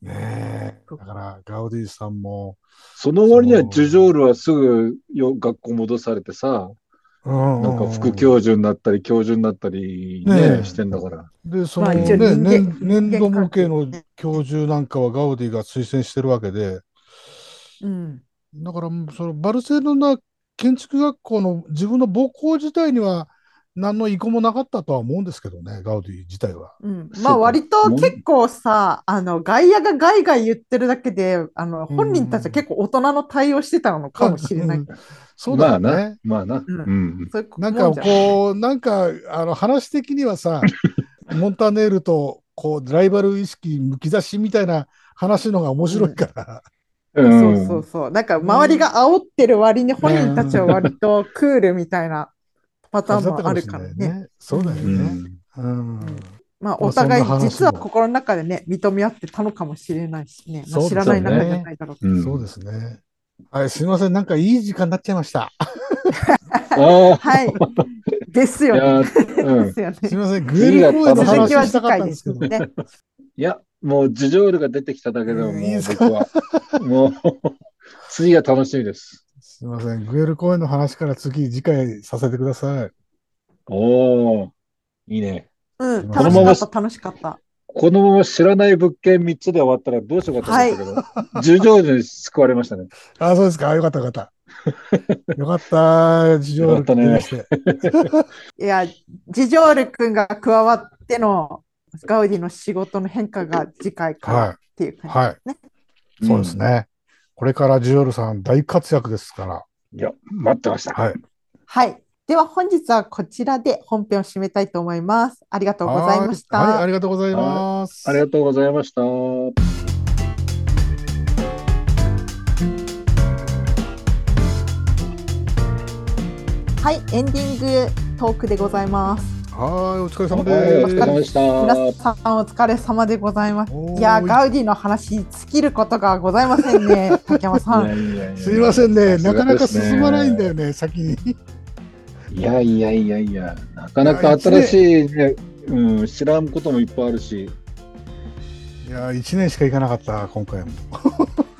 Speaker 3: ねえだからガウディさんも、
Speaker 4: その割にはジュジョールはすぐよ学校戻されてさ、
Speaker 3: うん
Speaker 4: なんか副教授になったり教授になったり
Speaker 3: ね
Speaker 4: ね、
Speaker 3: え
Speaker 4: してんだから。
Speaker 3: で、その、
Speaker 2: まあ
Speaker 3: ね、
Speaker 2: 一応人間
Speaker 3: 年年
Speaker 2: 人
Speaker 3: 度
Speaker 2: 間関
Speaker 3: 向
Speaker 2: 係
Speaker 3: けの教授なんかはガウディが推薦してるわけで、
Speaker 2: うん。
Speaker 3: だから、そのバルセロナ建築学校の自分の母校自体には、何の意向もなかったとは思うんですけどね、ガウディ自体は。
Speaker 2: うん、
Speaker 4: そう
Speaker 2: ま
Speaker 4: か
Speaker 2: あ割と結構さ、あの外野がガイガイ言ってるだけで、あの本人たちは結構大人の対応してたのかもしれない。
Speaker 3: うん そうだよ
Speaker 4: まあ
Speaker 3: ね。
Speaker 4: まあな。
Speaker 2: うん
Speaker 4: うん。
Speaker 2: そういうこ
Speaker 3: なん
Speaker 2: も
Speaker 3: か
Speaker 2: んじゃない
Speaker 3: こう、なんか、あの、話的にはさ、モンタネールと、こう、ライバル意識むき出しみたいな話のが面白いから、
Speaker 4: うん
Speaker 2: そうそうそう。なんか周りが煽ってる割に本人たちは割とクールみたいなパターン
Speaker 3: だっ
Speaker 2: も
Speaker 3: た
Speaker 2: あ
Speaker 3: も
Speaker 2: る
Speaker 3: しれ
Speaker 2: か
Speaker 3: な
Speaker 2: ら
Speaker 3: い
Speaker 2: ね。。
Speaker 3: そうだよ
Speaker 4: う
Speaker 3: ね。
Speaker 4: ん
Speaker 3: う
Speaker 2: ま
Speaker 3: ん。
Speaker 2: あ
Speaker 3: まあ
Speaker 2: お互い
Speaker 3: そんな話も
Speaker 2: 実は心の中でね、認め合ってたのかもしれないしね。まあ、
Speaker 3: そう
Speaker 2: 知らない中
Speaker 4: そう
Speaker 2: じ
Speaker 4: ね
Speaker 2: ゃないだろうけど。
Speaker 4: うん
Speaker 3: そうですね。はい、すみません。なんかいい時間になっちゃいました。
Speaker 4: あ あ、
Speaker 2: はい。です
Speaker 4: い
Speaker 2: よね。
Speaker 4: や、う
Speaker 2: で
Speaker 4: ん。
Speaker 2: すよね。
Speaker 3: すみません。グエル・フローエの
Speaker 2: 続
Speaker 3: 話
Speaker 2: きは
Speaker 3: した
Speaker 2: 次
Speaker 3: かった
Speaker 2: 回
Speaker 3: ん
Speaker 2: で
Speaker 3: です
Speaker 2: す
Speaker 3: けど。
Speaker 2: ね。
Speaker 4: いや、もうジュジョールが出てきただけでも、
Speaker 3: うん
Speaker 4: も
Speaker 3: いいで
Speaker 4: う
Speaker 3: す
Speaker 4: 僕 は、もう、次が楽しみです。
Speaker 3: すみません。グエル・公園の話から次、次回させてください。
Speaker 4: おお、いいね。
Speaker 2: うん、
Speaker 3: こ
Speaker 2: 楽
Speaker 3: の
Speaker 2: しか
Speaker 3: まま
Speaker 2: った、楽しかった。
Speaker 4: このまま知らない物件3つで終わったらどうしようかと思ったけど、十条で救われましたね。
Speaker 3: あ、そうですか。よかった、よかった。よかった。事情を聞いてまして。
Speaker 2: いや、ジジョール君が加わってのガウディの仕事の変化が次回から
Speaker 3: は
Speaker 2: っていう
Speaker 3: い。
Speaker 2: 感
Speaker 3: は
Speaker 2: ね
Speaker 3: い。そうですね。これからジュオルさん大活躍ですから。
Speaker 4: いや、待ってました。
Speaker 3: はい。
Speaker 2: じ。はい。では本日はこちらで本編を締めたいと思います。ありがとうございまし
Speaker 3: はいはい、
Speaker 2: た
Speaker 3: あ。りがとうございます。
Speaker 4: ありがとうございました。
Speaker 2: はい、エンディングトークでございます。
Speaker 3: はい、お疲れ様
Speaker 4: はい
Speaker 3: で
Speaker 4: お疲れ様でした。
Speaker 2: 皆さんお疲れ様でございます。
Speaker 3: す。
Speaker 2: いや、ガ
Speaker 3: ウ
Speaker 2: ウディの話、尽きることがございません ね、竹山さん。
Speaker 3: すいませんね。なかなか進まないんだ
Speaker 4: よ。
Speaker 3: よね、先に。
Speaker 4: いやいやいやいや、なかなか新しいね、うん、知らんこともいっぱいあるし、
Speaker 3: いや、1年しか行かなかった、今回も。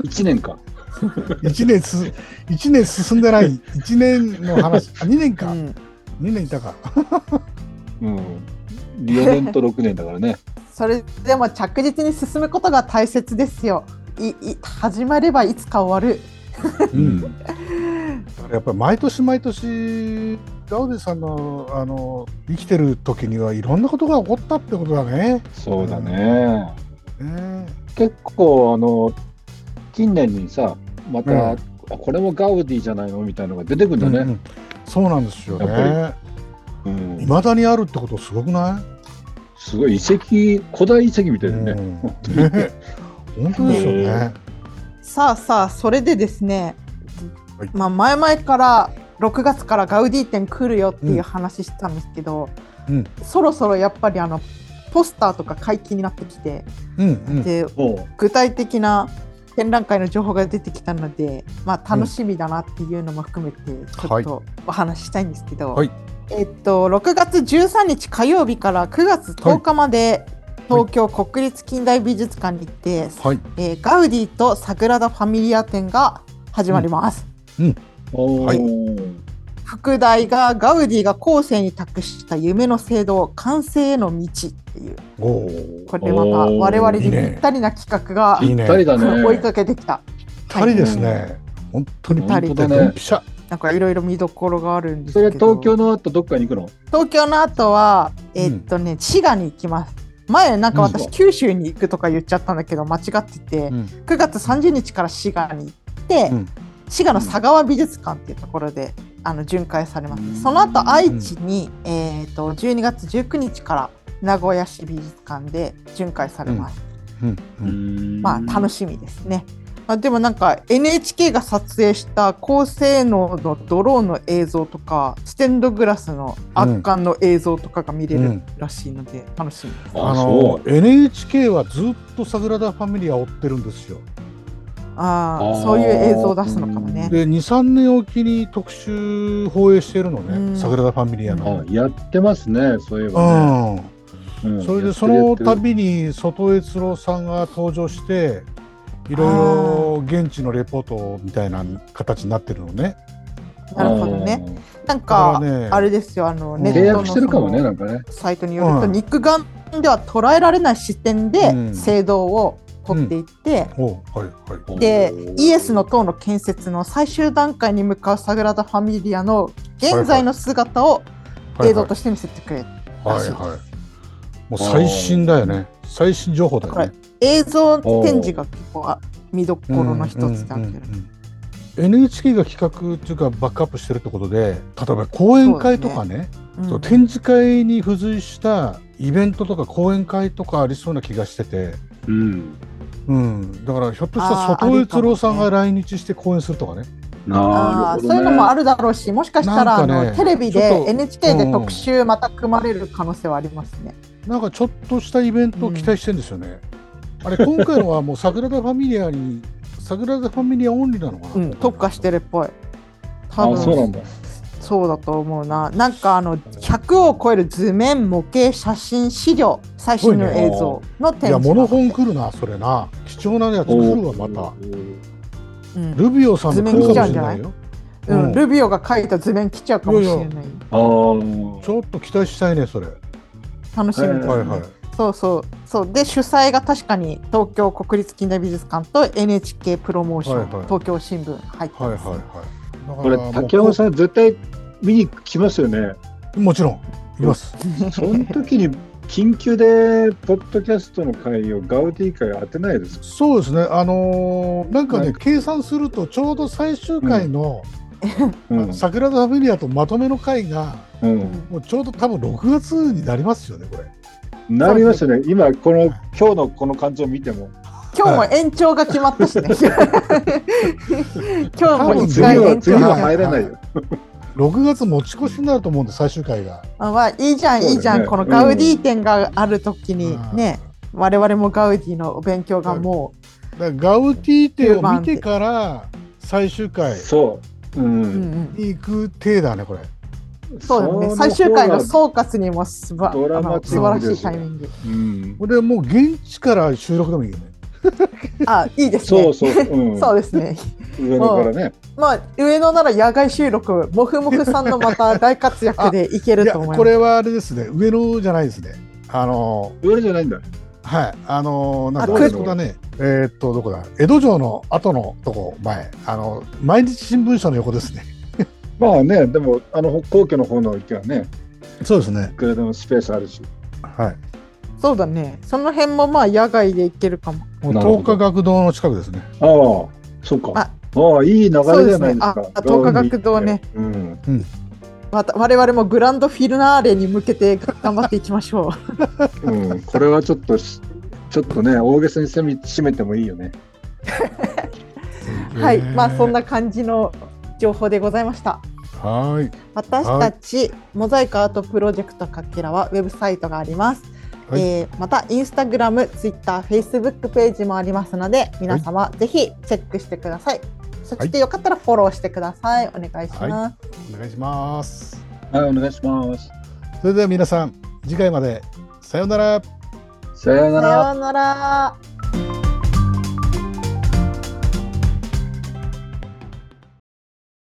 Speaker 4: 1年か。
Speaker 3: 1年す、一年進んでない、1年の話、あ、2年か。
Speaker 2: うん
Speaker 3: 2年いたか。
Speaker 4: うん。4年と6年だからね。
Speaker 2: それでも着実に進むことが大切ですよ。いい始まればいつか終わる。
Speaker 3: うんだからやっぱり毎年毎年ガウディさんのあの生きてる時にはいろんなことが起こったってことだね。
Speaker 4: そうだね。
Speaker 3: ね
Speaker 4: 結構、あの、近年にさ、また、
Speaker 3: う
Speaker 4: あこれもガウディじゃないのみたいなのが出てくるんだ
Speaker 3: うんう
Speaker 4: ね。
Speaker 3: んそうなんですよ
Speaker 4: や
Speaker 3: ね。
Speaker 4: うん
Speaker 3: いまだにあるってことすごくな
Speaker 4: すごい遺跡、古代遺跡み
Speaker 3: い、
Speaker 4: たいだよね。
Speaker 3: うんね本当ですよね。
Speaker 2: さあさあそれでですね、
Speaker 3: はい
Speaker 2: まあ、前々から6月からガウディ展来るよっていう話してたんですけど、
Speaker 3: うん
Speaker 2: そろそろやっぱりあのポスターとか解禁になってきて、
Speaker 3: うんうん。
Speaker 2: で
Speaker 4: おう
Speaker 2: 具体的な展覧会の情報が出てきたので、まあ、楽しみだなっていうのも含めてちょ
Speaker 3: は
Speaker 2: っ
Speaker 3: い
Speaker 2: とお話ししたいんですけど、
Speaker 3: はい
Speaker 2: えっと、6月13日火曜日から9月10日まで、東京国立近代美術館に行って、
Speaker 3: はい。
Speaker 2: えーガウディとサグラダ・ファミリア展が始まります。
Speaker 4: おう
Speaker 3: はい
Speaker 2: 副題がガウディが後世に託した夢の制度完成への道っていう
Speaker 3: おう
Speaker 2: これまた我々に
Speaker 3: い
Speaker 2: ぴ
Speaker 3: いね
Speaker 2: ったりな企画が
Speaker 3: いい
Speaker 4: ぴ
Speaker 3: ね
Speaker 4: ったりだ ね。
Speaker 2: 追いかけてきた。
Speaker 3: 二人ですね。本当にピッ
Speaker 2: 本
Speaker 4: 当だ
Speaker 3: タ
Speaker 4: ね
Speaker 3: リドンピシャ。
Speaker 2: なんかいろいろ見どころがあるんです
Speaker 4: そ
Speaker 2: け
Speaker 4: れ
Speaker 2: ど
Speaker 4: は東京の後どっかに行くの
Speaker 2: 東京の後はえ
Speaker 3: うん
Speaker 2: ーっとね、滋賀に行きます前なんか私
Speaker 4: うん
Speaker 2: 九州に行くとか言っちゃったんだけど間違ってて、
Speaker 3: うん
Speaker 2: 9月30日から滋賀に行って、
Speaker 3: うん
Speaker 2: 滋賀の佐川美術館っていうところであの巡回されます、
Speaker 4: うん
Speaker 2: その後愛知に、えー、と12月19日から名古屋市美術館で巡回されます、
Speaker 3: うんうん
Speaker 2: まあ楽
Speaker 4: し
Speaker 2: しみですね、まあ、でもなんか NHK が撮影した高性能のドローンの映像とかステンドグラスの圧巻の映像とかが見れ
Speaker 3: う
Speaker 2: る
Speaker 3: ん
Speaker 2: らしいので楽しみです、
Speaker 4: あ
Speaker 3: あ
Speaker 4: そ
Speaker 3: の NHK はずっとサグラダ・ファミリアを追ってるんですよ。
Speaker 2: あ
Speaker 4: あ
Speaker 2: あ
Speaker 4: ー
Speaker 2: そういう映像を出すのかもね
Speaker 3: で23年おきに特集放映してるのね、
Speaker 2: うん
Speaker 3: サグラダ・ファミリアの。
Speaker 4: あやってますね、そういえばね。
Speaker 3: うん
Speaker 4: うん
Speaker 3: それでその、
Speaker 4: やってる
Speaker 3: 度に外江鶴郎さんが登場していろいろ現地のレポートみたいな形になってるのね。
Speaker 2: なるほど
Speaker 4: やっ
Speaker 2: ね
Speaker 4: てる
Speaker 2: なんか、
Speaker 3: だからね
Speaker 2: あれですよあの
Speaker 3: うん
Speaker 2: ネット
Speaker 4: 契
Speaker 2: の
Speaker 4: 約して
Speaker 2: そ
Speaker 4: るかもね、
Speaker 2: の
Speaker 4: なんかね。
Speaker 2: サイトによると、
Speaker 3: うん
Speaker 2: 肉眼では捉えられない視点
Speaker 3: う
Speaker 2: で
Speaker 3: ん
Speaker 2: 聖堂を取っていって、
Speaker 3: おうはいはい
Speaker 2: で
Speaker 4: おー
Speaker 2: イエスの塔の建設の最終段階に向かうサグラダ・ファミリアの現在の姿を
Speaker 3: はい
Speaker 2: 映像
Speaker 3: は
Speaker 2: として見せてくれる、
Speaker 3: いはいはいもう最新だよね最新情報だよね。
Speaker 2: 映像展示が結構あ見どころの一つだけど、
Speaker 3: うんうんうんうん NHK が企画っていうかバックアップしてるってことで例えば講演会とかね
Speaker 2: うん
Speaker 3: そう展示会に付随したイベントとか講演会とかありそうな気がしてて、
Speaker 4: うん。
Speaker 3: うん、だからひょっとしたら
Speaker 2: あー
Speaker 3: 外
Speaker 2: あ
Speaker 3: 江
Speaker 2: るかも
Speaker 3: 鶴郎さん
Speaker 2: ね
Speaker 3: が来日して講演するとかね
Speaker 4: な
Speaker 2: あ
Speaker 4: る
Speaker 2: ー
Speaker 4: ほど、ね。
Speaker 2: そういうのもあ
Speaker 4: る。
Speaker 2: るだろうしもしかしたら、
Speaker 3: なんかね
Speaker 2: あのテレビ
Speaker 3: ちょっ
Speaker 2: で
Speaker 3: と
Speaker 2: NHK
Speaker 3: う
Speaker 2: で
Speaker 3: ん
Speaker 2: 特集また組まれる可能性はありますね。
Speaker 3: なんかちょっとしたイベントを期待してんですよ ね、あれ今回のはもうサグラダ・ファミリアにサグラダ・ファミリアオンリーなのかな、
Speaker 2: うん、特化してるっぽい。多
Speaker 4: あ
Speaker 2: 分
Speaker 4: そうなんだ。
Speaker 2: そうだと思うな。なんかあの100を超える図面、模型、写真、資料、最新の映像の
Speaker 3: い
Speaker 2: 展
Speaker 3: や
Speaker 2: 示な
Speaker 3: モ
Speaker 2: の
Speaker 3: ノ
Speaker 2: で。
Speaker 3: 本来るなそれな貴重なやつ来るわまた
Speaker 2: うん
Speaker 3: ルビオさんも来るかもしれないよ
Speaker 2: うん
Speaker 3: うん
Speaker 2: ルビオが描いた図面来ちゃうかもしれない。
Speaker 3: い
Speaker 4: あー
Speaker 3: ちょっと期待したいねそれ、
Speaker 2: 楽しみですね、
Speaker 3: はいはい
Speaker 2: そうそうそう。で主催が確かに東京国立近代美術館と NHK プロモーション、
Speaker 3: はいはい
Speaker 2: 東京新聞入って
Speaker 3: はいはい
Speaker 2: ます。
Speaker 3: はい
Speaker 4: こ
Speaker 3: だから
Speaker 4: れ、
Speaker 3: もう
Speaker 4: 竹山さん、絶対見に来ますよね。
Speaker 3: もちろんいます
Speaker 4: その時に、緊急で、ポッドキャストの会をガウディ会当てないですか。
Speaker 3: そうですね、あのーなんか
Speaker 4: な
Speaker 3: ね、
Speaker 4: ん
Speaker 3: 計算すると、ちょうど最終回の、
Speaker 4: うん。
Speaker 3: 桜田ファミリアとまとめの回が、
Speaker 4: うん、
Speaker 3: もうちょうど多分6月になりますよね、これ。
Speaker 4: なりますよね。今、この、今日のこの感じを見ても。
Speaker 2: 今日も延長が決まったしね。 今日
Speaker 3: 多
Speaker 2: も
Speaker 3: 分
Speaker 2: 一
Speaker 4: 次
Speaker 2: 回
Speaker 3: は
Speaker 4: は、
Speaker 2: 延
Speaker 4: 次
Speaker 2: 長が決
Speaker 4: は
Speaker 2: まっ
Speaker 4: 入らないよ。
Speaker 3: 6月持ち越しになると思うんで、最終回が。
Speaker 2: た。あまあいいじゃん、いいじゃ
Speaker 4: そうだ
Speaker 2: ん。
Speaker 4: ね
Speaker 2: このガウディ展があるときにね、我々もガウディのお勉強がも
Speaker 3: だからガウティーテを見てから、最終回
Speaker 4: そう。う
Speaker 2: う、うん
Speaker 4: ん。
Speaker 2: うん、
Speaker 3: に行く体だね、これ。
Speaker 2: そうだよね。
Speaker 4: の
Speaker 2: 最終回の
Speaker 4: 方が
Speaker 2: 総括にもすばあ
Speaker 4: ドラ
Speaker 2: の
Speaker 4: マ
Speaker 2: 素
Speaker 4: チ
Speaker 2: 晴
Speaker 4: ッ
Speaker 2: ら
Speaker 4: クですよ
Speaker 2: しいタイミング。
Speaker 4: うん。
Speaker 3: これ、もう現地から収録でもいいよね。
Speaker 2: あ、いいですね。
Speaker 4: そうそう、う ん、
Speaker 2: そうですね。
Speaker 4: 上野からね。
Speaker 2: まあ、上野なら野外収録、もふもふさんのまた大活躍でいけ
Speaker 3: い
Speaker 2: る
Speaker 3: や、
Speaker 2: と思います。
Speaker 3: これはあれですね、上野じゃないですね。あの、
Speaker 4: 上野じゃないんだ。
Speaker 3: はい、あの、なん
Speaker 2: あ
Speaker 3: か、
Speaker 2: く
Speaker 3: あそこだね、えーっと、どこだ、江戸城の後のとこ、前、あの、毎日新聞社の横ですね。
Speaker 4: まあね、でも、あの、皇居の方の池はね、
Speaker 3: そうですね
Speaker 4: い。くらでもスペースあるし。
Speaker 3: はい。
Speaker 2: そうだね。その辺もまあ野外でいけるかも。
Speaker 3: もう
Speaker 4: なるほど
Speaker 3: 東華学堂の近くですね。
Speaker 4: ああ、そっか。
Speaker 2: あ
Speaker 4: ああ、いい流れじ
Speaker 2: そうで
Speaker 4: ゃ
Speaker 2: す
Speaker 4: ないで
Speaker 2: ね
Speaker 4: す。
Speaker 2: あ
Speaker 4: か。、
Speaker 2: 東華学堂ね。。
Speaker 4: うん。
Speaker 2: また我々もグランドフィルナーレに向けて頑張っていきましょう。
Speaker 4: うん、これはちょっとし、ちょっとね、大げさに攻め締めてもいいよね。
Speaker 2: はい。
Speaker 3: えー
Speaker 2: まあそん。な感じの情報でございました。
Speaker 3: はーい。
Speaker 2: 私たちモザイクアートプロジェクトかけらはウェブサイトがあります。
Speaker 3: はい
Speaker 2: えーまたインスタグラム、ツイッター、フェイスブックページもありますので皆様、ぜひチェックしてください。そしてよかったらフォローしてください。お願いします。
Speaker 3: はお願いします。
Speaker 4: はい、お願いします。
Speaker 3: それでは皆さん、次回まで。さようなら。
Speaker 4: さような
Speaker 2: さ
Speaker 4: ら。
Speaker 2: ようなら。